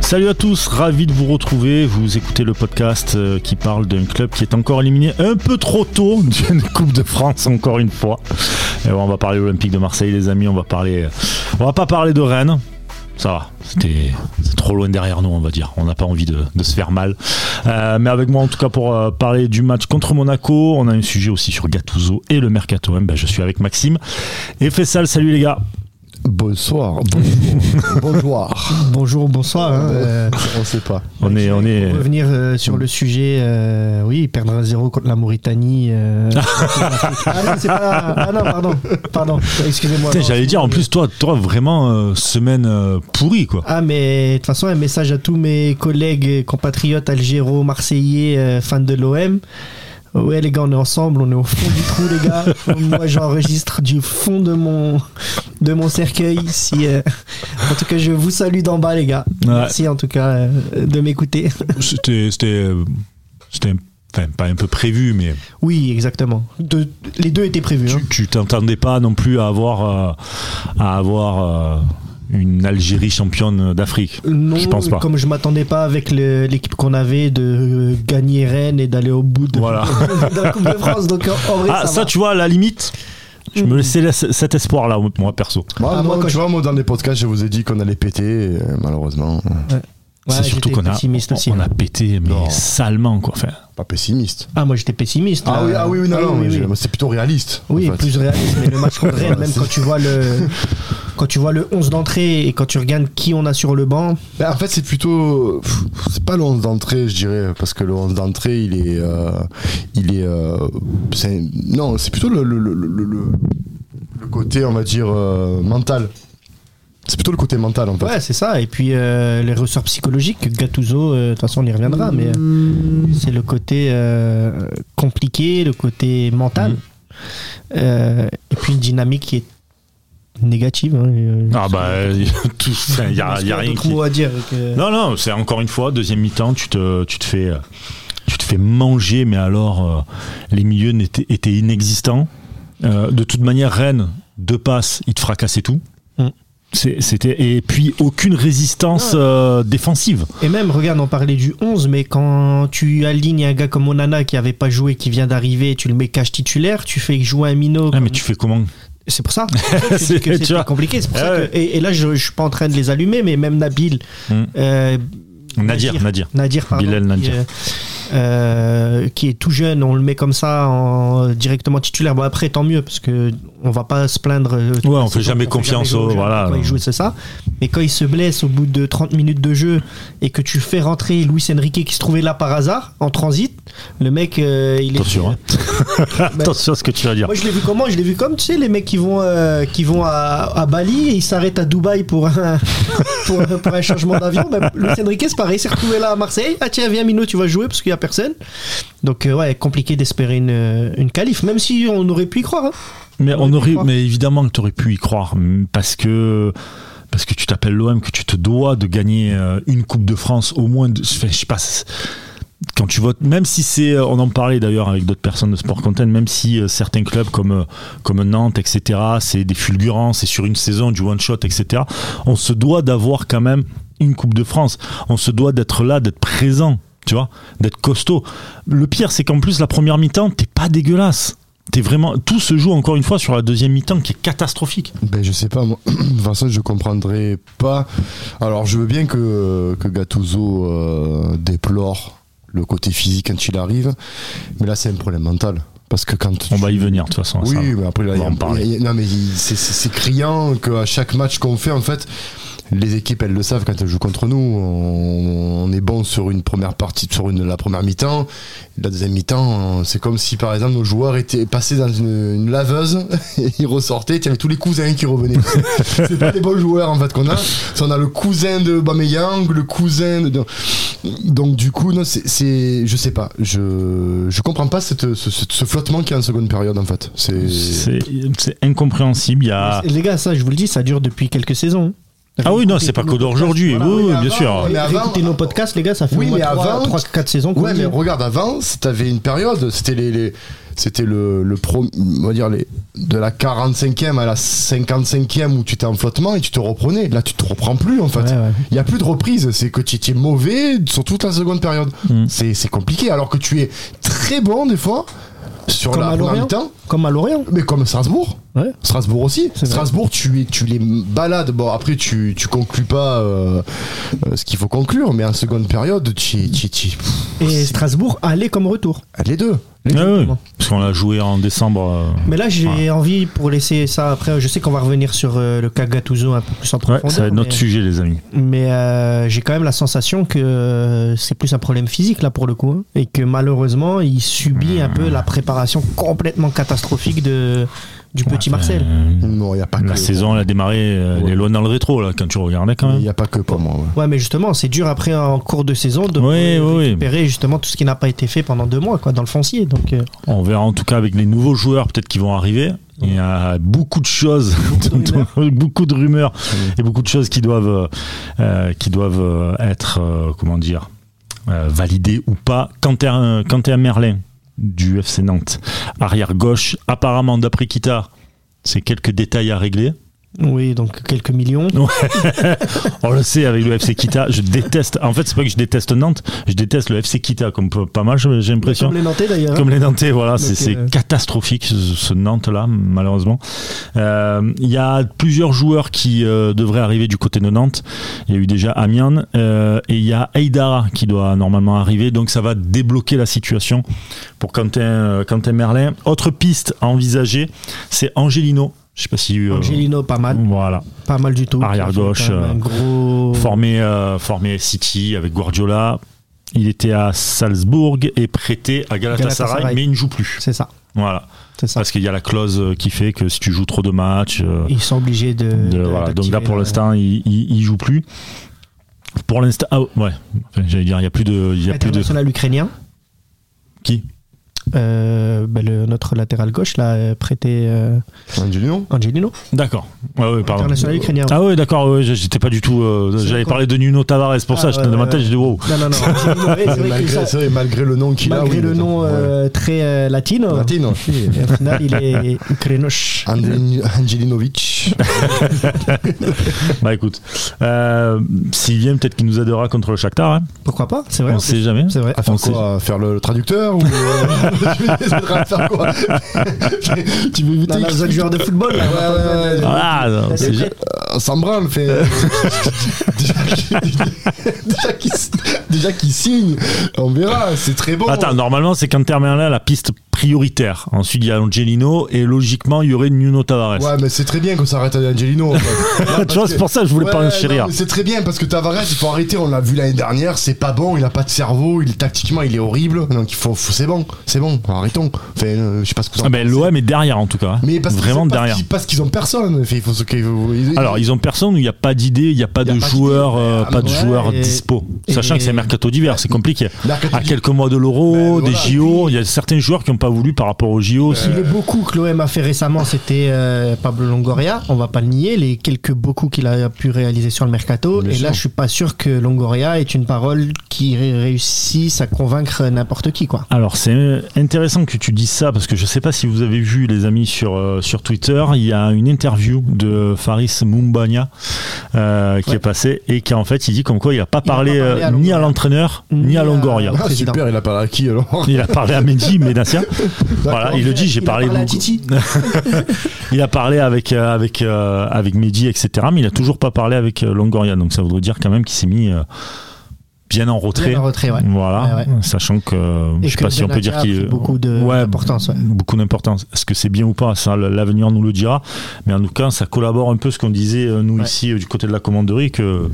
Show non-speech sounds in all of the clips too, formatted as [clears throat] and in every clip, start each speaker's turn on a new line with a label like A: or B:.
A: Salut à tous, ravi de vous retrouver. Vous écoutez le podcast euh, qui parle d'un club qui est encore éliminé un peu trop tôt [laughs] d'une Coupe de France encore une fois. Et bon, on va parler Olympique de Marseille, les amis. On va parler, euh, on va pas parler de Rennes. Ça va, c'était c'est trop loin derrière nous, on va dire. On n'a pas envie de, de se faire mal. Euh, mais avec moi, en tout cas, pour euh, parler du match contre Monaco, on a un sujet aussi sur Gattuso et le mercato. hein. Ben, je suis avec Maxime et Fessal. Salut les gars.
B: Bonsoir, [laughs] bonjour, bonsoir.
C: Bonjour, bonsoir. hein, euh,
B: On sait pas.
A: On est, on est.
C: pour revenir euh, sur le sujet, euh, oui, perdre un zéro contre la Mauritanie.
A: [laughs]
C: euh, ah non, c'est pas. Ah non, pardon, pardon. Excusez-moi.
A: Putain,
C: Non,
A: J'allais
C: c'est-
A: dire, en plus, toi, toi vraiment, euh, semaine euh, pourrie,
C: [laughs]
A: quoi.
C: Ah mais de toute façon un message à tous mes collègues compatriotes algéro marseillais euh, fans de l'OM. Ouais les gars on est ensemble, on est au fond du trou
A: [laughs]
C: les gars. Moi j'enregistre du fond de mon de mon cercueil si euh, en tout cas je vous salue d'en bas les gars.
A: Ouais.
C: Merci en tout cas euh, de m'écouter.
A: C'était. C'était. euh, c'était un- Enfin, pas un peu prévu, mais
C: Oui, exactement. De- les deux étaient prévus. hein.
A: tu- tu t'entendais pas non plus à avoir, euh, à avoir euh, une Algérie championne d'Afrique.
C: Non,
A: Je pense pas.
C: comme je m'attendais pas avec le- l'équipe qu'on avait de euh, gagner Rennes et d'aller au bout de,
A: Voilà.
C: [laughs] de la Coupe de France. Donc en vrai,
A: Ah,
C: ça,
A: ça,
C: va. Mm.
A: tu vois, à la limite, je me laissais la- cet espoir-là, moi, perso.
B: Bah, Moi,
C: Ah, moi,
B: non,
C: quand
B: tu
C: je-
B: vois, moi, dans les podcasts, je vous ai dit qu'on allait péter, et, euh, malheureusement.
C: Ouais,
A: C'est surtout
C: j'étais
A: qu'on a,
C: pessimiste aussi.
A: on a pété, mais
B: Non.
A: salement, quoi. Enfin,
B: Pas pessimiste.
C: Ah, moi j'étais pessimiste.
B: Ah
C: là.
B: oui, ah oui, oui, non,
C: Ah
B: non, mais
C: oui,
B: j'ai-
C: oui.
B: moi, c'est plutôt réaliste.
C: Oui,
B: en fait.
C: plus réaliste, mais le match
A: [laughs]
C: contre Rennes, même
B: C'est-
C: quand tu vois le quand tu vois le 11 d'entrée et quand tu regardes qui on a sur le banc,
B: Bah, en fait, c'est plutôt. pff, C'est pas le 11 d'entrée, je dirais, parce que le 11 d'entrée, il est. euh, il est. euh, c'est- non, c'est plutôt le, le, le, le- le- le côté, on va dire, euh, mental. C'est plutôt le côté mental,
A: Bah.
B: en fait.
C: ouais, c'est ça. Et puis euh, les ressorts psychologiques, Gattuso, euh, de toute façon on y reviendra,
A: Mmh.
C: mais euh, c'est le côté euh, compliqué, le côté mental,
A: Mhm.
C: Euh, et puis une dynamique qui est négative. hein, euh,
A: ah bah, [laughs] tout, enfin, il y a,
C: parce
A: il y a
C: qu'il
A: rien
C: d'autres
A: qui...
C: mots à dire. que-
A: Non, non, c'est encore une fois, deuxième mi-temps, tu te, tu te fais. euh, Tu te fais manger, mais alors euh, les milieux n'étaient- étaient inexistants. Euh, de toute manière, Rennes, deux passes, il te fracassait tout.
C: Mm.
A: C'est- C'était et puis aucune résistance euh, défensive.
C: Et même, regarde, on parlait du 11, mais quand tu alignes un gars comme Onana qui avait pas joué, qui vient d'arriver, tu le mets cash titulaire, tu fais jouer un minot.
A: Ah,
C: comme-
A: mais tu fais comment
C: C'est pour
A: [laughs]
C: ça. C'est pour ça que je dis que
A: C'est- tu
C: c'est
A: vois. Ah
C: compliqué. C'est pour ça
A: Ouais.
C: que- et, et là, je, je suis pas en train de les allumer, mais même Nabil,
A: Hmm.
C: euh,
A: Nadir, Nadir.
C: Nadir, pardon,
A: Bilal
C: qui,
A: Nadir.
C: euh, euh, qui est tout jeune, on le met comme ça en, directement titulaire. Bon après, tant mieux parce que on va pas se plaindre. euh,
A: Ouais, on fait
C: surtout
A: jamais
C: qu'on
A: confiance
C: jamais
A: au-
C: jeu,
A: voilà.
C: Quand il joue, c'est ça. Mais quand il se blesse au bout de 30 minutes de jeu et que tu fais rentrer Luis Enrique qui se trouvait là par hasard en transit, le mec, euh, il est.
A: Attention, hein. attention à ce que tu vas dire.
C: Moi je l'ai vu comment Je l'ai vu comme tu sais les mecs qui vont euh, qui vont à, à Bali et ils s'arrêtent à Dubaï pour un [laughs] pour, un- pour un changement d'avion. Ben, Luis Enrique c'est pareil, il s'est retrouvé là à Marseille. Ah tiens viens Mino tu vas jouer parce qu'il y a personne. Donc euh, ouais compliqué d'espérer une euh, une qualif même si on aurait pu y croire. hein.
A: Mais on
C: pu y
A: aurait,
C: croire.
A: mais évidemment que tu aurais pu y croire mm, parce que parce que tu t'appelles l'OM, que tu te dois de gagner euh, une Coupe de France au moins. De, enfin, je sais pas. c'est- Quand tu votes, même si c'est, euh, on en parlait d'ailleurs avec d'autres personnes de Sport Content, même si euh, certains clubs comme euh, comme Nantes, etc., c'est des fulgurants, c'est sur une saison du one shot, etc. On se doit d'avoir quand même une Coupe de France. On se doit d'être là, d'être présent, tu vois, d'être costaud. Le pire, c'est qu'en plus la première mi-temps, t'es pas dégueulasse. T'es vraiment. Tout se joue encore une fois sur la deuxième mi-temps qui est catastrophique.
B: Ben, je sais pas, moi. [clears throat] de toute façon, je comprendrais pas. Alors, je veux bien que, que Gattuso euh, déplore le côté physique quand il arrive, mais là, c'est un problème mental. Parce que quand.
A: On
B: tu-
A: va y venir de toute façon. à
B: Oui,
A: ça.
B: mais après, là,
A: On va
B: il y a-
A: en parler.
B: il y a- non, mais il- c'est- c'est c'est criant qu'à chaque match qu'on fait, en fait, les équipes, elles le savent quand elles jouent contre nous. On, on est bon sur une première partie, sur une, la première mi-temps. La deuxième mi-temps, on- c'est comme si, par exemple, nos joueurs étaient passés dans une, une laveuse et ils ressortaient. [laughs] Il y avait tous les cousins qui revenaient. c'est pas les bons joueurs, en fait, qu'on a. C'est- On a le cousin de Bameyang, le cousin de. de- Donc, du coup, non, c'est- c'est. Je sais pas. Je, je comprends pas cette, ce, ce- ce flottement qu'il y a en seconde période, en fait. C'est.
A: C'est c'est incompréhensible. Il y a.
C: Les gars ça je vous le dis ça dure depuis quelques saisons.
A: Ah oui, non,
C: Réécoutez
A: c'est pas
C: tous
A: que
C: nos
A: d'aujourd'hui.
C: podcasts,
A: oui,
B: mais
A: oui,
B: avant,
A: bien sûr. Ah,
B: ouais. Mais
C: voilà.
B: avant-
C: Réécoutez nos podcasts les gars ça fait
B: Oui,
C: au moins
B: mais
C: trois-
B: avant,
C: trois, quatre saisons qu'on hein.
B: Ouais,
C: le
B: mais
C: dit.
B: regarde, avant, si t'avais une période, c'était les, les- C'était le, le pro, on va dire les, de la 45e à la 55e où tu étais en flottement et tu te reprenais. Là, tu te reprends plus en fait.
C: Ouais, ouais.
B: Il n'y a plus de reprise, c'est que tu étais mauvais sur toute la seconde période.
A: Mm.
B: C'est c'est compliqué, alors que tu es très bon des fois sur
C: Comme
B: la
C: à
B: première
C: Lorient.
B: mi-temps,
C: Comme à Lorient.
B: mais comme Strasbourg.
C: Ouais.
B: Strasbourg aussi.
C: C'est vrai.
B: Strasbourg, tu, es- tu les balades. Bon, après, tu, tu conclus pas euh, euh, ce qu'il faut conclure, mais en seconde période, tu, tu, tu-
C: Et Strasbourg, aller comme retour.
B: Ah, les deux.
A: Ouais, ouais,
C: Exactement.
A: parce qu'on l'a joué en décembre. euh,
C: Mais là, j'ai
A: Ouais.
C: envie pour laisser ça après. Je sais qu'on va revenir sur euh, le cas Gattuso un peu plus en
A: ouais,
C: profondeur.
A: ça va être notre
C: mais-
A: sujet, les amis.
C: Mais euh, j'ai quand même la sensation que euh, c'est plus un problème physique là pour le coup. hein. et que malheureusement, il subit un
A: Mmh.
C: peu la préparation complètement catastrophique de, du petit Marcel.
A: Euh,
B: Non, il n'y a pas que.
A: la saison, elle a démarré, euh, elle
B: Ouais.
A: est loin dans le rétro, là, quand tu regardais quand
B: Il
A: même.
B: n'y a pas que pour moi. ouais.
C: Ouais, mais justement, c'est dur après en cours de saison de
A: Oui, oui, oui.
C: récupérer justement tout ce qui n'a pas été fait pendant deux mois quoi, dans le foncier. Donc, euh,
A: On verra en tout cas avec les nouveaux joueurs peut-être qui vont arriver. Il y a beaucoup de choses, [laughs]
C: Beaucoup de rumeurs.
A: beaucoup de rumeurs et beaucoup de choses qui doivent, euh, euh, qui doivent euh, être, euh, comment dire, euh, validées ou pas. Quentin, Quentin Merlin du FC Nantes, arrière gauche, apparemment d'après Kita, c'est quelques détails à régler.
C: oui, donc quelques millions.
A: On le sait avec le FC Kita, je déteste. En fait, c'est pas que je déteste Nantes, je déteste le FC Kita comme peu- pas mal, j'ai j'ai l'impression.
C: Comme les Nantais d'ailleurs.
A: Comme les Nantais, voilà,
C: Hein Donc,
A: c'est c'est
C: euh,
A: catastrophique ce, ce Nantes-là, malheureusement. Euh, Il y a plusieurs joueurs qui euh, devraient arriver du côté de Nantes. Il y a eu déjà Amiens euh, et il y a Aïdara qui doit normalement arriver. Donc ça va débloquer la situation pour Quentin, euh, Quentin Merlin. Autre piste à envisager, c'est Angelino. Je sais pas si. euh,
C: Angelino, pas mal.
A: Voilà.
C: Pas mal du tout.
A: Arrière gauche,
C: Quand même Un gros.
A: Formé, euh, formé City avec Guardiola. Il était à Salzbourg et prêté à Galatasaray,
C: Galatasaray.
A: mais il ne joue plus.
C: C'est ça.
A: Voilà.
C: C'est ça.
A: Parce qu'il y a la clause euh, qui fait que si tu joues trop de matchs, euh,
C: Ils sont obligés de.
A: de-
C: de-
A: voilà. donc là
C: d'activer euh,
A: pour
C: le-
A: l'instant il, il, il joue plus. Pour l'instant, ah, ouais, Enfin, j'allais dire il y a plus de, il y a plus de
C: International ukrainien.
A: qui
C: Euh, ben, le- notre latéral gauche là euh, prêté euh,
B: Un du Lyon
C: Angelino
A: D'accord. Ah Ouais, ouais, pardon.
C: international ukrainien
A: Ah ouais, d'accord. ouais, j'étais pas du tout. euh,
C: C'est
A: j'avais
C: d'accord.
A: parlé de Nuno Tavares pour ça.
C: Ah,
A: j'étais
C: ouais,
A: dans ma
C: ouais,
A: tête,
C: ouais.
A: j'ai dit wow.
C: non non non Angelino, ouais, c'est vrai
B: malgré,
C: que ça,
B: c'est vrai, malgré le nom qu'il a.
C: malgré
B: oui,
C: le
B: mais-
C: nom
B: ouais.
C: euh, très euh, latino
B: Latino. Ah. oui.
C: et au final il est ukrainoche
B: Angelin- Angelinovic.
A: Bah écoute, euh, s'il vient, peut-être qu'il nous aidera contre le Shakhtar. hein.
C: pourquoi pas c'est vrai
A: On sait jamais.
C: c'est vrai
B: À faire
A: On
B: quoi à Faire le, le traducteur ou euh, [laughs] tu me dis, à faire quoi [laughs] Tu veux éviter
C: non, là,
B: que-
C: vous êtes Bah, joueur de football là, on va
B: Ouais,
C: pas
B: ouais,
C: faire de-
B: ouais.
A: Ah, non,
C: la
A: c'est-
C: secrète.
B: On s'en branle,
A: [laughs]
B: fait. déjà, déjà qu'il déjà qu'il signe, on verra, c'est très bon.
A: Attends, normalement, c'est qu'en Merlin la piste prioritaire. Ensuite, il y a Angelino et logiquement, il y aurait Nuno Tavares.
B: Ouais, mais c'est très bien qu'on s'arrête à Angelino. en fait. Ouais,
A: tu
B: parce
A: vois,
B: que-
A: c'est pour ça que [laughs] je voulais
B: Ouais,
A: pas
B: non,
A: enchérir.
B: mais C'est très bien parce que Tavares, il faut arrêter. On l'a vu l'année dernière, c'est pas bon. Il a pas de cerveau. Il tactiquement, il est horrible. Donc il faut, faut- c'est bon, c'est bon. Arrêtons. Enfin, euh, je sais pas ce que. vous en
A: Ah ben,
B: pensez.
A: L'OM est derrière en tout cas. hein.
B: Mais parce que
A: Vraiment
B: c'est parce
A: derrière.
B: qu'ils- Parce qu'ils ont personne. Enfin, il faut ce qu'ils- ils-
A: Alors, ils ont personne, il n'y a pas d'idée, il n'y a pas
B: Il y a
A: de
B: pas
A: joueurs,
B: d'idée,
A: euh,
B: mais,
A: pas de
C: ouais,
A: joueurs
C: et-
A: dispo.
C: et-
A: Sachant que c'est mercato d'hiver, c'est compliqué.
B: Mercato
A: À
B: d'hiver.
A: quelques mois de l'euro,
B: Ben,
A: des
B: voilà,
A: JO,
B: et puis- Ben,
A: il y a certains joueurs qui n'ont pas voulu par rapport aux JO.
C: Si les beaux coups que l'OM a fait récemment, c'était euh, Pablo Longoria, on va pas le nier, les quelques beaux coups qu'il a pu réaliser sur le mercato.
B: Bien
C: et
B: sûr.
C: là, je suis pas sûr que Longoria est une parole qui ré- réussisse à convaincre n'importe qui, quoi.
A: Alors c'est euh, intéressant que tu dises ça parce que je ne sais pas si vous avez vu les amis sur, euh, sur Twitter, il y a une interview de Faris Moumbania euh, qui
C: Ouais.
A: est passée et qui en fait il dit comme quoi il n'a pas
C: Il a
A: parlé,
C: pas parlé
A: euh,
C: à
A: ni à
C: Longoria.
A: l'entraîneur ni
C: Ni
A: à
C: à- [laughs]
A: Longoria.
B: Ah,
C: Président.
B: super, il a parlé à qui alors
A: Il a parlé à Mehdi Médassien. voilà, il le dit, j'ai
C: Il a
A: parlé,
C: parlé à
A: beaucoup.
C: Titi.
A: Il a parlé avec, euh, avec, euh, avec Mehdi, etc. Mais il n'a toujours pas parlé avec euh, Longoria. Donc ça voudrait dire quand même qu'il s'est mis euh, bien en retrait.
C: Bien en retrait, ouais.
A: Voilà,
C: Ouais, ouais.
A: sachant que Mm. euh, je
C: Et
A: ne sais
C: que
A: pas si on peut
C: Benatia
A: dire
C: a
A: qu'il
C: pris beaucoup de-
A: Ouais,
C: d'importance, ouais.
A: beaucoup d'importance. Est-ce que c'est bien ou pas Ça, l'avenir nous le dira. Mais en tout cas, ça collabore un peu ce qu'on disait euh, nous
C: Ouais.
A: ici euh, du côté de la commanderie que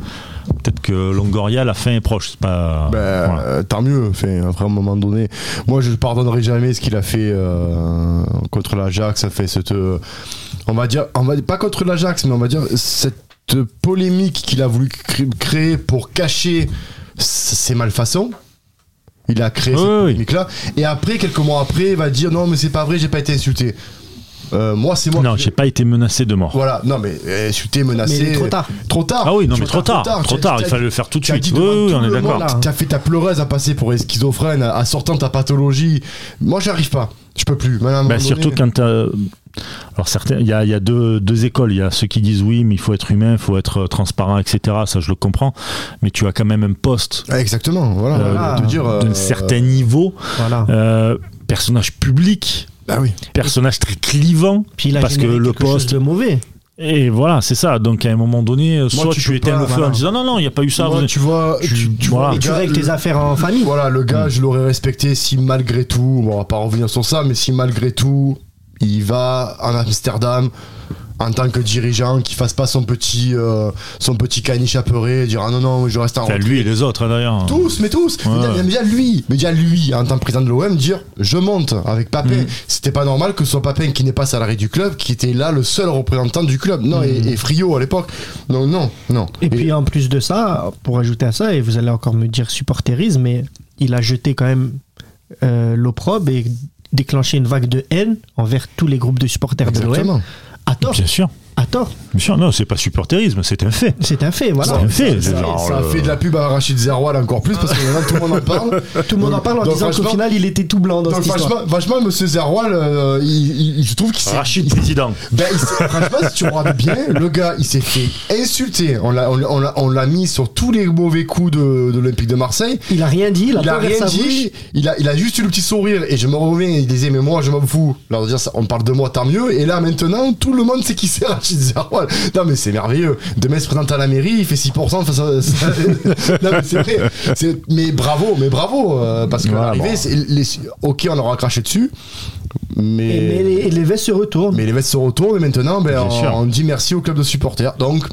A: peut-être que Longoria, la fin est proche. C'est pas.
B: Ben,
A: voilà.
B: euh, tant mieux. Enfin, après, à un moment donné, moi, je pardonnerai jamais ce qu'il a fait euh, contre l'Ajax. Ça fait cette, euh, on va dire, on va pas contre l'Ajax, mais on va dire cette polémique qu'il a voulu cré- créer pour cacher s- ses malfaçons. Il a créé
A: Oui,
B: cette
A: oui, oui.
B: polémique-là, et après, quelques mois après, il va dire non, mais c'est pas vrai, j'ai pas été insulté. Euh, moi, c'est moi.
A: Non,
B: qui-
A: j'ai pas été menacé de mort.
B: Voilà, non, mais euh, insulté, menacé.
C: Mais trop tard.
B: Trop tard.
A: Ah oui, non,
B: Tu
A: mais
B: as-
A: trop tard, trop
B: Tu as-
A: tard,
B: tu as-
A: il fallait le faire tout de
B: tu as
A: suite.
B: dit
A: Oui,
B: devant
A: oui,
B: tout
A: on est
B: le
A: d'accord.
B: monde, T'as fait ta pleureuse à passer pour les schizophrènes, à sortant ta pathologie. Moi, j'arrive pas. Je peux plus. Maintenant, à un
A: Bah,
B: moment
A: surtout
B: donné-
A: quand t'as- Alors certains, il y a, il y a deux, deux écoles. Il y a ceux qui disent oui, mais il faut être humain, il faut être euh, transparent, etc. Ça, je le comprends. Mais tu as quand même un poste
B: Ah, exactement, voilà.
A: euh,
C: voilà,
B: de dire,
A: d'un
B: euh,
A: certain niveau,
C: [laughs] Voilà.
A: euh, personnage public,
B: Bah oui.
A: personnage très clivant.
C: Puis il a
A: Parce que
C: généré
A: le
C: quelque chose
A: poste-
C: de mauvais.
A: Et voilà, c'est ça. Donc à un moment donné, euh, soit
B: tu
A: tu,
B: peux
A: éteins
B: pas,
A: le feu
B: voilà.
A: en disant non, non, il n'y a pas eu ça.
B: Moi,
A: vous-
B: tu vois,
A: tu- Hmm.
B: tu, tu
A: voilà.
B: vois,
C: Et tu
B: le gars,
C: règles tes
B: le-
C: affaires en famille.
B: Voilà, le gars, je l'aurais respecté si malgré tout, bon, on va pas revenir sur ça, mais si malgré tout, il va en Amsterdam en tant que dirigeant, qu'il fasse pas son petit, euh, son petit caniche apeuré, et dire ah non, non, je reste en
A: Enfin, lui et les autres hein, d'ailleurs.
B: tous, mais tous
A: Ouais.
B: mais, déjà, mais déjà lui, mais déjà lui, en tant que président de l'OM, dire je monte avec
A: Mm.
B: Papin. C'était pas normal que ce soit Papin qui n'est pas salarié du club, qui était là le seul représentant du club. Non,
A: Mm.
B: et, et Frio à l'époque. Non, non, non.
C: Et puis en plus de ça, pour ajouter à ça, et vous allez encore me dire supporterisme, mais il a jeté quand même euh, l'opprobre et déclenché une vague de haine envers tous les groupes de supporters de l'OM.
B: Exactement.
C: À tort,
A: Bien sûr,
C: à tort.
A: bien sûr. Non, c'est pas supporterisme, c'est un fait.
C: C'est un fait,
A: C'est
C: voilà.
A: un fait.
B: Ça,
A: c'est genre,
B: ça a
A: le-
B: fait de la pub à Rachid Zeroual encore plus parce que maintenant tout le monde
A: [laughs]
B: en parle.
C: Tout le monde en parle en
B: Donc,
C: disant qu'au
B: franchement-
C: final, il était tout blanc dans
B: Donc
C: cette histoire.
B: vachement, vachement, monsieur Zeroual, euh, il, il- il- je trouve qu'il s'est.
A: Rachid
B: il-
A: président.
B: ben, il s'est- franchement, si tu regardes bien, le gars, il s'est fait insulter. On l'a- on l'a- on l'a- on l'a mis sur tous les mauvais coups de, de l'Olympique de Marseille.
C: Il a rien dit, il a,
B: Il
C: pas
B: a
C: ouvert
B: rien
C: sa
B: dit, il a, il a juste eu le petit sourire et je me reviens il disait mais moi je m'en fous. Leur dire ça, on parle de moi tant mieux et là maintenant tout le monde sait qui c'est Rachid Zeroual. Non mais c'est merveilleux. Demain il se présente à la mairie, il fait 6% face à... [laughs] ça- non mais c'est vrai. C'est- Mais bravo, mais bravo euh, parce que
A: Ouais,
B: l'arrivée,
A: bon.
B: c'est les... ok on leur a craché dessus
C: bouche. Et- mais
B: mais...
C: les, et les vestes se retournent.
B: Mais les vestes se retournent et maintenant ben,
A: Bien sûr.
B: on, on dit merci au club de supporters. Donc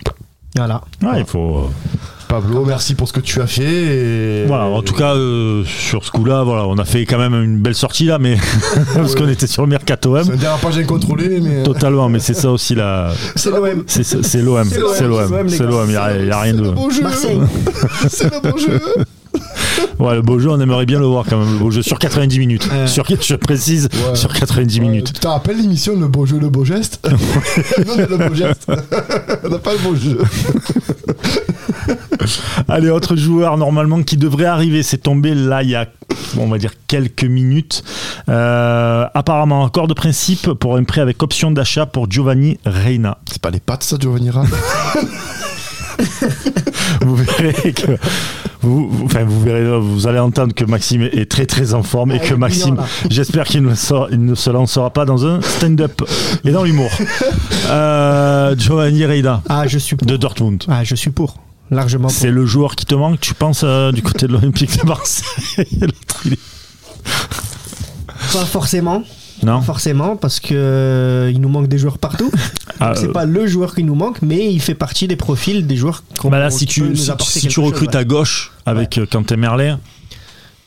C: Voilà.
A: Ouais, il faut. euh,
B: Pablo, merci pour ce que tu as fait. et-
A: Voilà, en tout cas, euh, sur ce coup-là, voilà, on a fait quand même une belle sortie là, mais [laughs] parce qu'on était sur le mercato
B: C'est un
A: M.
B: dérapage incontrôlé mais...
A: Totalement, mais c'est ça aussi la.
C: C'est l'OM.
A: C'est c'est l'OM,
C: C'est l'OM,
A: c'est l'OM,
C: les
A: c'est
C: gars.
A: l'OM, il n'y a rien de.
B: Bon jeu.
C: Marseille.
B: [laughs] C'est le bon jeu.
A: Ouais, le beau jeu, on aimerait bien le voir quand même, le beau jeu, sur 90 minutes.
C: Ouais.
A: Sur, je précise,
B: Ouais.
A: sur 90 minutes.
B: Tu te rappelles l'émission Le beau jeu, le beau [laughs] geste Non, c'est le beau [laughs] geste. On n'a pas le beau jeu.
A: Allez, autre joueur normalement qui devrait arriver, c'est tombé là il y a, on va dire, quelques minutes. Euh, apparemment, accord de principe pour un prêt avec option d'achat pour Giovanni Reina.
B: C'est pas les pattes, ça, Giovanni Ra
A: Vous verrez que. Vous, vous- enfin, vous verrez, vous allez entendre que Maxime est très très en forme et
C: Ah, il
A: que
C: est
A: Maxime,
C: brillant, là. [laughs]
A: j'espère qu'il ne, sort- il ne se lancera pas dans un stand-up et dans
C: [laughs]
A: l'humour. Euh, Giovanni Reina
C: Ah, je suis pour.
A: de Dortmund.
C: Ah, je suis pour. Largement pour.
A: C'est le joueur qui te manque, tu penses, euh, du côté de l'Olympique de Marseille L'autre, il est-
C: Pas forcément.
A: Non
C: Forcément, parce que euh, il nous manque des joueurs partout.
A: Ah,
C: c'est
A: euh,
C: pas le joueur qui nous manque, mais il fait partie des profils des joueurs qu'on
A: bah là, si
C: qui peut nous
A: tu, si,
C: apporter
A: si
C: quelque
A: tu
C: chose,
A: recrutes
C: ouais.
A: à gauche avec euh, Quentin Merlet,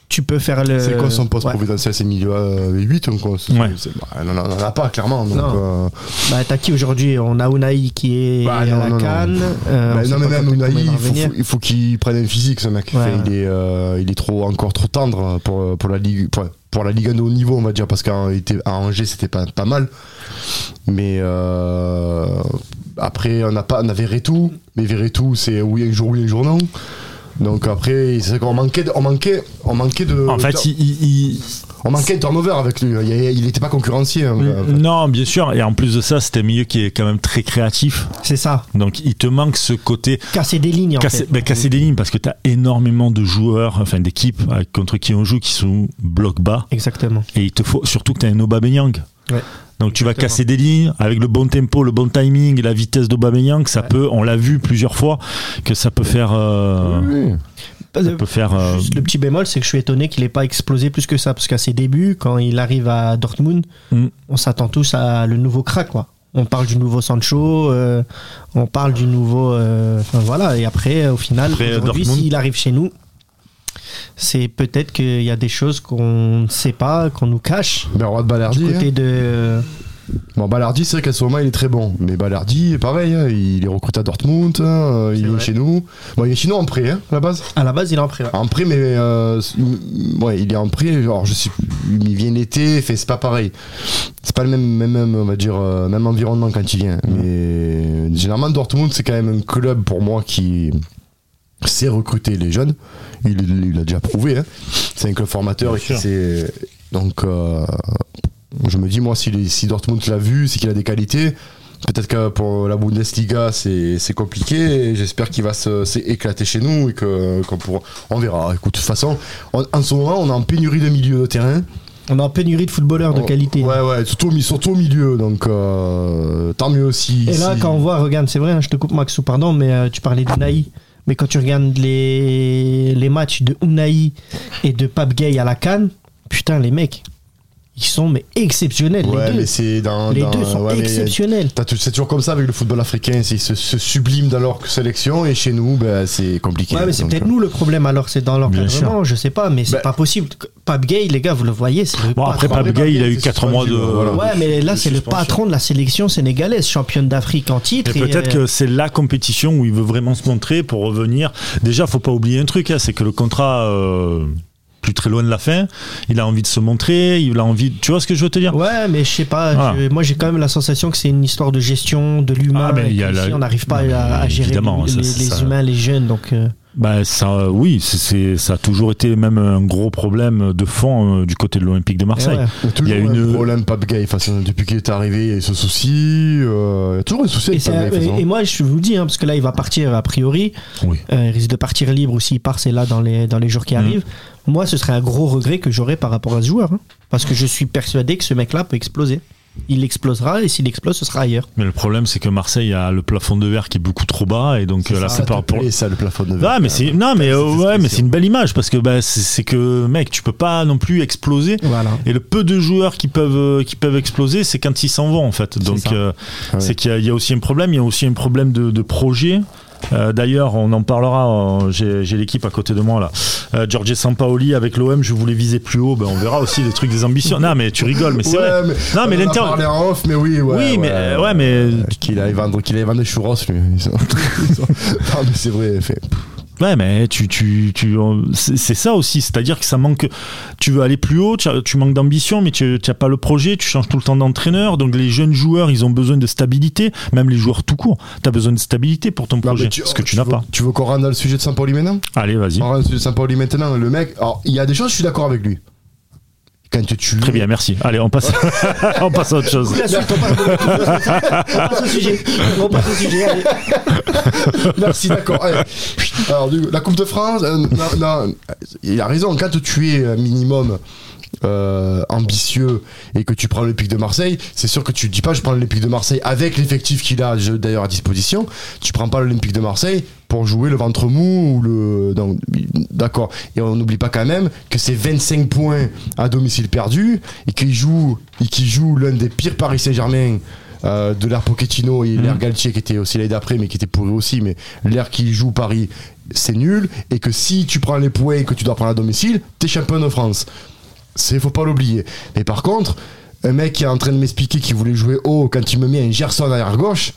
C: tu peux faire le.
B: C'est quoi son poste
C: ouais.
B: providentiel C'est milieu euh, 8 ou quoi C'est-
A: Ouais.
B: c'est- bah, On n'en a pas, clairement. Donc,
C: Non.
B: euh,
C: Bah, t'as qui aujourd'hui On a Unai qui est
B: Bah,
C: à
B: non,
C: la
B: non, non.
C: canne. euh,
B: bah,
C: on sait
B: non, mais
C: pas
B: même
C: quand- comment
B: Unai,
C: il
B: il
C: va
B: faut,
C: revenir.
B: faut- il faut qu'il prenne un physique, ce mec.
C: Ouais,
B: Enfin,
C: ouais.
B: Il, est, euh, il est trop, encore trop tendre pour, pour la Ligue pour, pour la Ligue 1 de haut niveau, on va dire, parce qu'à était- à Angers, c'était pas, pas mal. Mais euh, après, on, a pas, on a Verretou, mais Verretou, c'est oui un jour, oui un jour, non. Donc après, c'est qu'on manquait, de- on manquait, on manquait de,
A: en fait,
B: de-
A: il- il- il,
B: on manquait de turnover avec lui. Il n'était pas concurrentiel. hein, en fait.
A: Non, bien sûr. Et en plus de ça, c'est un milieu qui est quand même très créatif.
C: C'est ça.
A: Donc, il te manque ce côté
C: Casser des lignes en
A: casser,
C: fait.
A: ben, casser des lignes parce que tu as énormément de joueurs, enfin d'équipes euh, contre qui on joue qui sont bloc bas.
C: Exactement.
A: Et il te faut surtout que tu as un Aubameyang.
C: Ouais.
A: Donc tu vas
C: Exactement.
A: casser des lignes avec le bon tempo, le bon timing, et la vitesse d'Aubameyang, ça
C: Ouais.
A: peut, on l'a vu plusieurs fois, que ça peut faire, euh,
B: Oui.
A: ça peut faire. euh,
C: Juste le petit bémol, c'est que je suis étonné qu'il n'ait pas explosé plus que ça, parce qu'à ses débuts, quand il arrive à Dortmund,
A: Mm.
C: on s'attend tous à le nouveau crack, quoi. On parle du nouveau Sancho, euh, on parle du nouveau, euh, enfin voilà. Et après, au final,
A: Après, euh,
C: aujourd'hui,
A: Dortmund.
C: s'il arrive chez nous, c'est peut-être qu'il y a des choses qu'on ne sait pas, qu'on nous cache
B: Ben, Rod Balerdi.
C: du côté de
B: Bon, Ballardi, c'est vrai qu'à ce moment, il est très bon. Mais Ballardi, pareil, hein, il est recruté à Dortmund, hein, euh, il
C: C'est
B: est
C: vrai.
B: chez nous. Bon, il est chez nous en prêt, hein, à la base.
C: À la base, il est en prêt. ouais.
B: En prêt, mais. euh, c'est- ouais, il est en prêt. Alors, je sais plus, Il vient l'été, fait, c'est pas pareil. C'est pas le même, même, même, on va dire, euh, même environnement quand il vient. Mais généralement, Dortmund, c'est quand même un club pour moi qui sait recruter les jeunes. Il il l'a déjà prouvé. hein. C'est un club formateur.
A: Bien
B: et qui
A: sûr.
B: sait- Donc, euh, je me dis, moi, si, les- si Dortmund l'a vu, c'est qu'il a des qualités. Peut-être que pour la Bundesliga, c'est c'est compliqué. et J'espère qu'il va se- s'éclater chez nous et que qu'on pourra- On verra. Écoute, de toute façon, on- en ce moment, on est en pénurie de milieu de terrain.
C: On est en pénurie de footballeurs de
B: On-
C: qualité.
B: Oh. Ouais, ouais, surtout, au mi- surtout au milieu. Donc, euh, tant mieux si.
C: Et là,
B: si-
C: quand on voit, regarde, c'est vrai, hein, je te coupe Maxou, pardon, mais euh, tu parlais d'Unai. Mais quand tu regardes les, les matchs de Unai et de Pape Gay à la Cannes, putain, les mecs, ils sont mais exceptionnels,
B: Ouais,
C: les deux.
B: mais c'est dans.
C: les
B: dans-
C: deux sont
B: ouais, mais-
C: exceptionnels.
B: T'as tout- C'est toujours comme ça avec le football africain, c'est- ils se, se subliment dans leur sélection et chez nous, ben, c'est compliqué.
C: Ouais, mais c'est
B: Donc,
C: peut-être
B: euh,
C: nous le problème, alors c'est dans l'encadrement, je sais pas, mais c'est
B: Bah-
C: pas possible. Pape Gay, les gars, vous le voyez, c'est le
A: Bon, après,
C: patron.
A: Pape Gay, il a eu
B: c'est
A: 4 mois de.
B: suspendu, voilà.
C: Ouais, mais là,
A: de
C: c'est le
A: suspension.
C: patron de la sélection sénégalaise, championne d'Afrique en titre.
A: Et peut-être
C: euh,
A: que c'est la compétition où il veut vraiment se montrer pour revenir. Déjà, faut pas oublier un truc, hein, c'est que le contrat, euh, plus très loin de la fin, il a envie de se montrer, il a envie. Tu vois ce que je veux te dire
C: Ouais, mais je sais pas.
A: Voilà.
C: je- moi, j'ai quand même la sensation que c'est une histoire de gestion, de l'humain.
A: Ah, mais
C: et
A: il y a
C: qu'ici,
A: la-
C: on n'arrive pas
A: Non,
C: à, à
A: mais
C: gérer
A: évidemment,
C: les,
A: ça,
C: les-
A: ça,
C: les
A: ça-
C: humains, les jeunes. Donc, euh,
A: Bah ça, euh, oui, c'est- c'est ça a toujours été même un gros problème de fond euh, du côté de l'Olympique de Marseille.
C: ouais.
B: euh, Il y a toujours
A: Il y a une-
B: un problème Pape Gay. Enfin, c'est- depuis qu'il est arrivé, il y a eu ce souci. euh, il y a toujours un souci
C: et,
B: avec
C: c'est-
B: Pape Gay. de toute
C: et- et
B: façon.
C: moi, je vous le dis, hein, parce que là, il va partir a priori.
B: Eh
A: Oui.
C: Euh, il risque de partir libre ou s'il part, c'est là dans les, dans les
A: Mm.
C: jours qui arrivent. Moi, ce serait un gros regret que j'aurais par rapport à ce joueur. hein, parce que je suis persuadé que ce mec-là peut exploser. Il explosera et s'il explose, ce sera ailleurs.
A: Mais le problème, c'est que Marseille a le plafond de verre qui est beaucoup trop bas et donc
B: C'est
A: euh, la
B: ça,
A: plupart
B: ça te
A: pour.
B: plaît, ça, le plafond de
A: Ah,
B: verre.
A: mais c'est non mais euh,
B: c'est
A: ouais mais
B: spécial.
A: c'est une belle image parce que bah, c'est- c'est que mec tu peux pas non plus exploser
C: Voilà.
A: Et le peu de joueurs qui peuvent, euh, qui peuvent exploser, c'est quand ils s'en vont, en fait. Donc,
C: ça.
A: euh,
B: Ouais.
A: c'est qu'il y a- il y, a aussi un problème. Il y a aussi un problème de, de projet. Euh, D'ailleurs, on en parlera. euh, J'ai j'ai l'équipe à côté de moi, là. Euh, Giorgio Sampaoli avec l'OM, je voulais viser plus haut. Ben, on verra aussi des trucs des ambitions. Non, mais tu rigoles, mais c'est vrai.
B: Ouais, mais
A: Non, mais
B: on en a
A: l'Inter-
B: parlé en off, mais oui, ouais.
A: oui, mais, euh, ouais, mais,
B: Qu'il allait vendre, qu'il allait vendre des churros, lui. Ils sont- [laughs] ils sont- non, mais c'est vrai. Fait.
A: ouais, mais tu, tu, tu, on- c'est c'est ça aussi. C'est-à-dire que ça manque. Tu veux aller plus haut, tu, as- tu manques d'ambition, mais tu n'as pas le projet, tu changes tout le temps d'entraîneur. Donc les jeunes joueurs, ils ont besoin de stabilité. Même les joueurs tout court, tu as besoin de stabilité pour ton
B: Non,
A: projet.
B: mais
A: ce que tu n'as
B: veux-
A: pas.
B: Oh. Tu veux qu'on rentre dans le sujet de Saint-Pauli maintenant
A: Allez, vas-y.
B: On rentre dans le sujet de Saint-Pauli maintenant. Le mec, alors, il y a des choses, je suis d'accord avec lui. Quand tu tues.
A: Très bien, merci. Allez, on
B: [laughs]
A: passe, [laughs] on passe à autre chose.
C: La suite, on passe- on passe au sujet. On passe au sujet. allez.
B: [laughs] Merci, d'accord. Ouais. Alors, du coup, la Coupe de France, euh, non, non, il a raison. Quand tu es un minimum euh, ambitieux et que tu prends l'Olympique de Marseille, c'est sûr que tu dis pas je prends l'Olympique de Marseille avec l'effectif qu'il a je- d'ailleurs à disposition. Tu prends pas l'Olympique de Marseille pour jouer le ventre mou ou le. non, D'accord. Et on n'oublie pas quand même que c'est 25 points à domicile perdu et qu'il joue, et qu'il joue l'un des pires Paris Saint-Germain. euh, de l'ère Pochettino et l'ère Galtier qui était aussi l'année d'après mais qui était pourri aussi mais l'ère qu'il joue Paris c'est nul et que si tu prends les points et que tu dois prendre à domicile t'es champion de France c'est faut pas l'oublier. Mais par contre, un mec qui est en train de m'expliquer qu'il voulait jouer haut quand il me met un Gerson derrière gauche,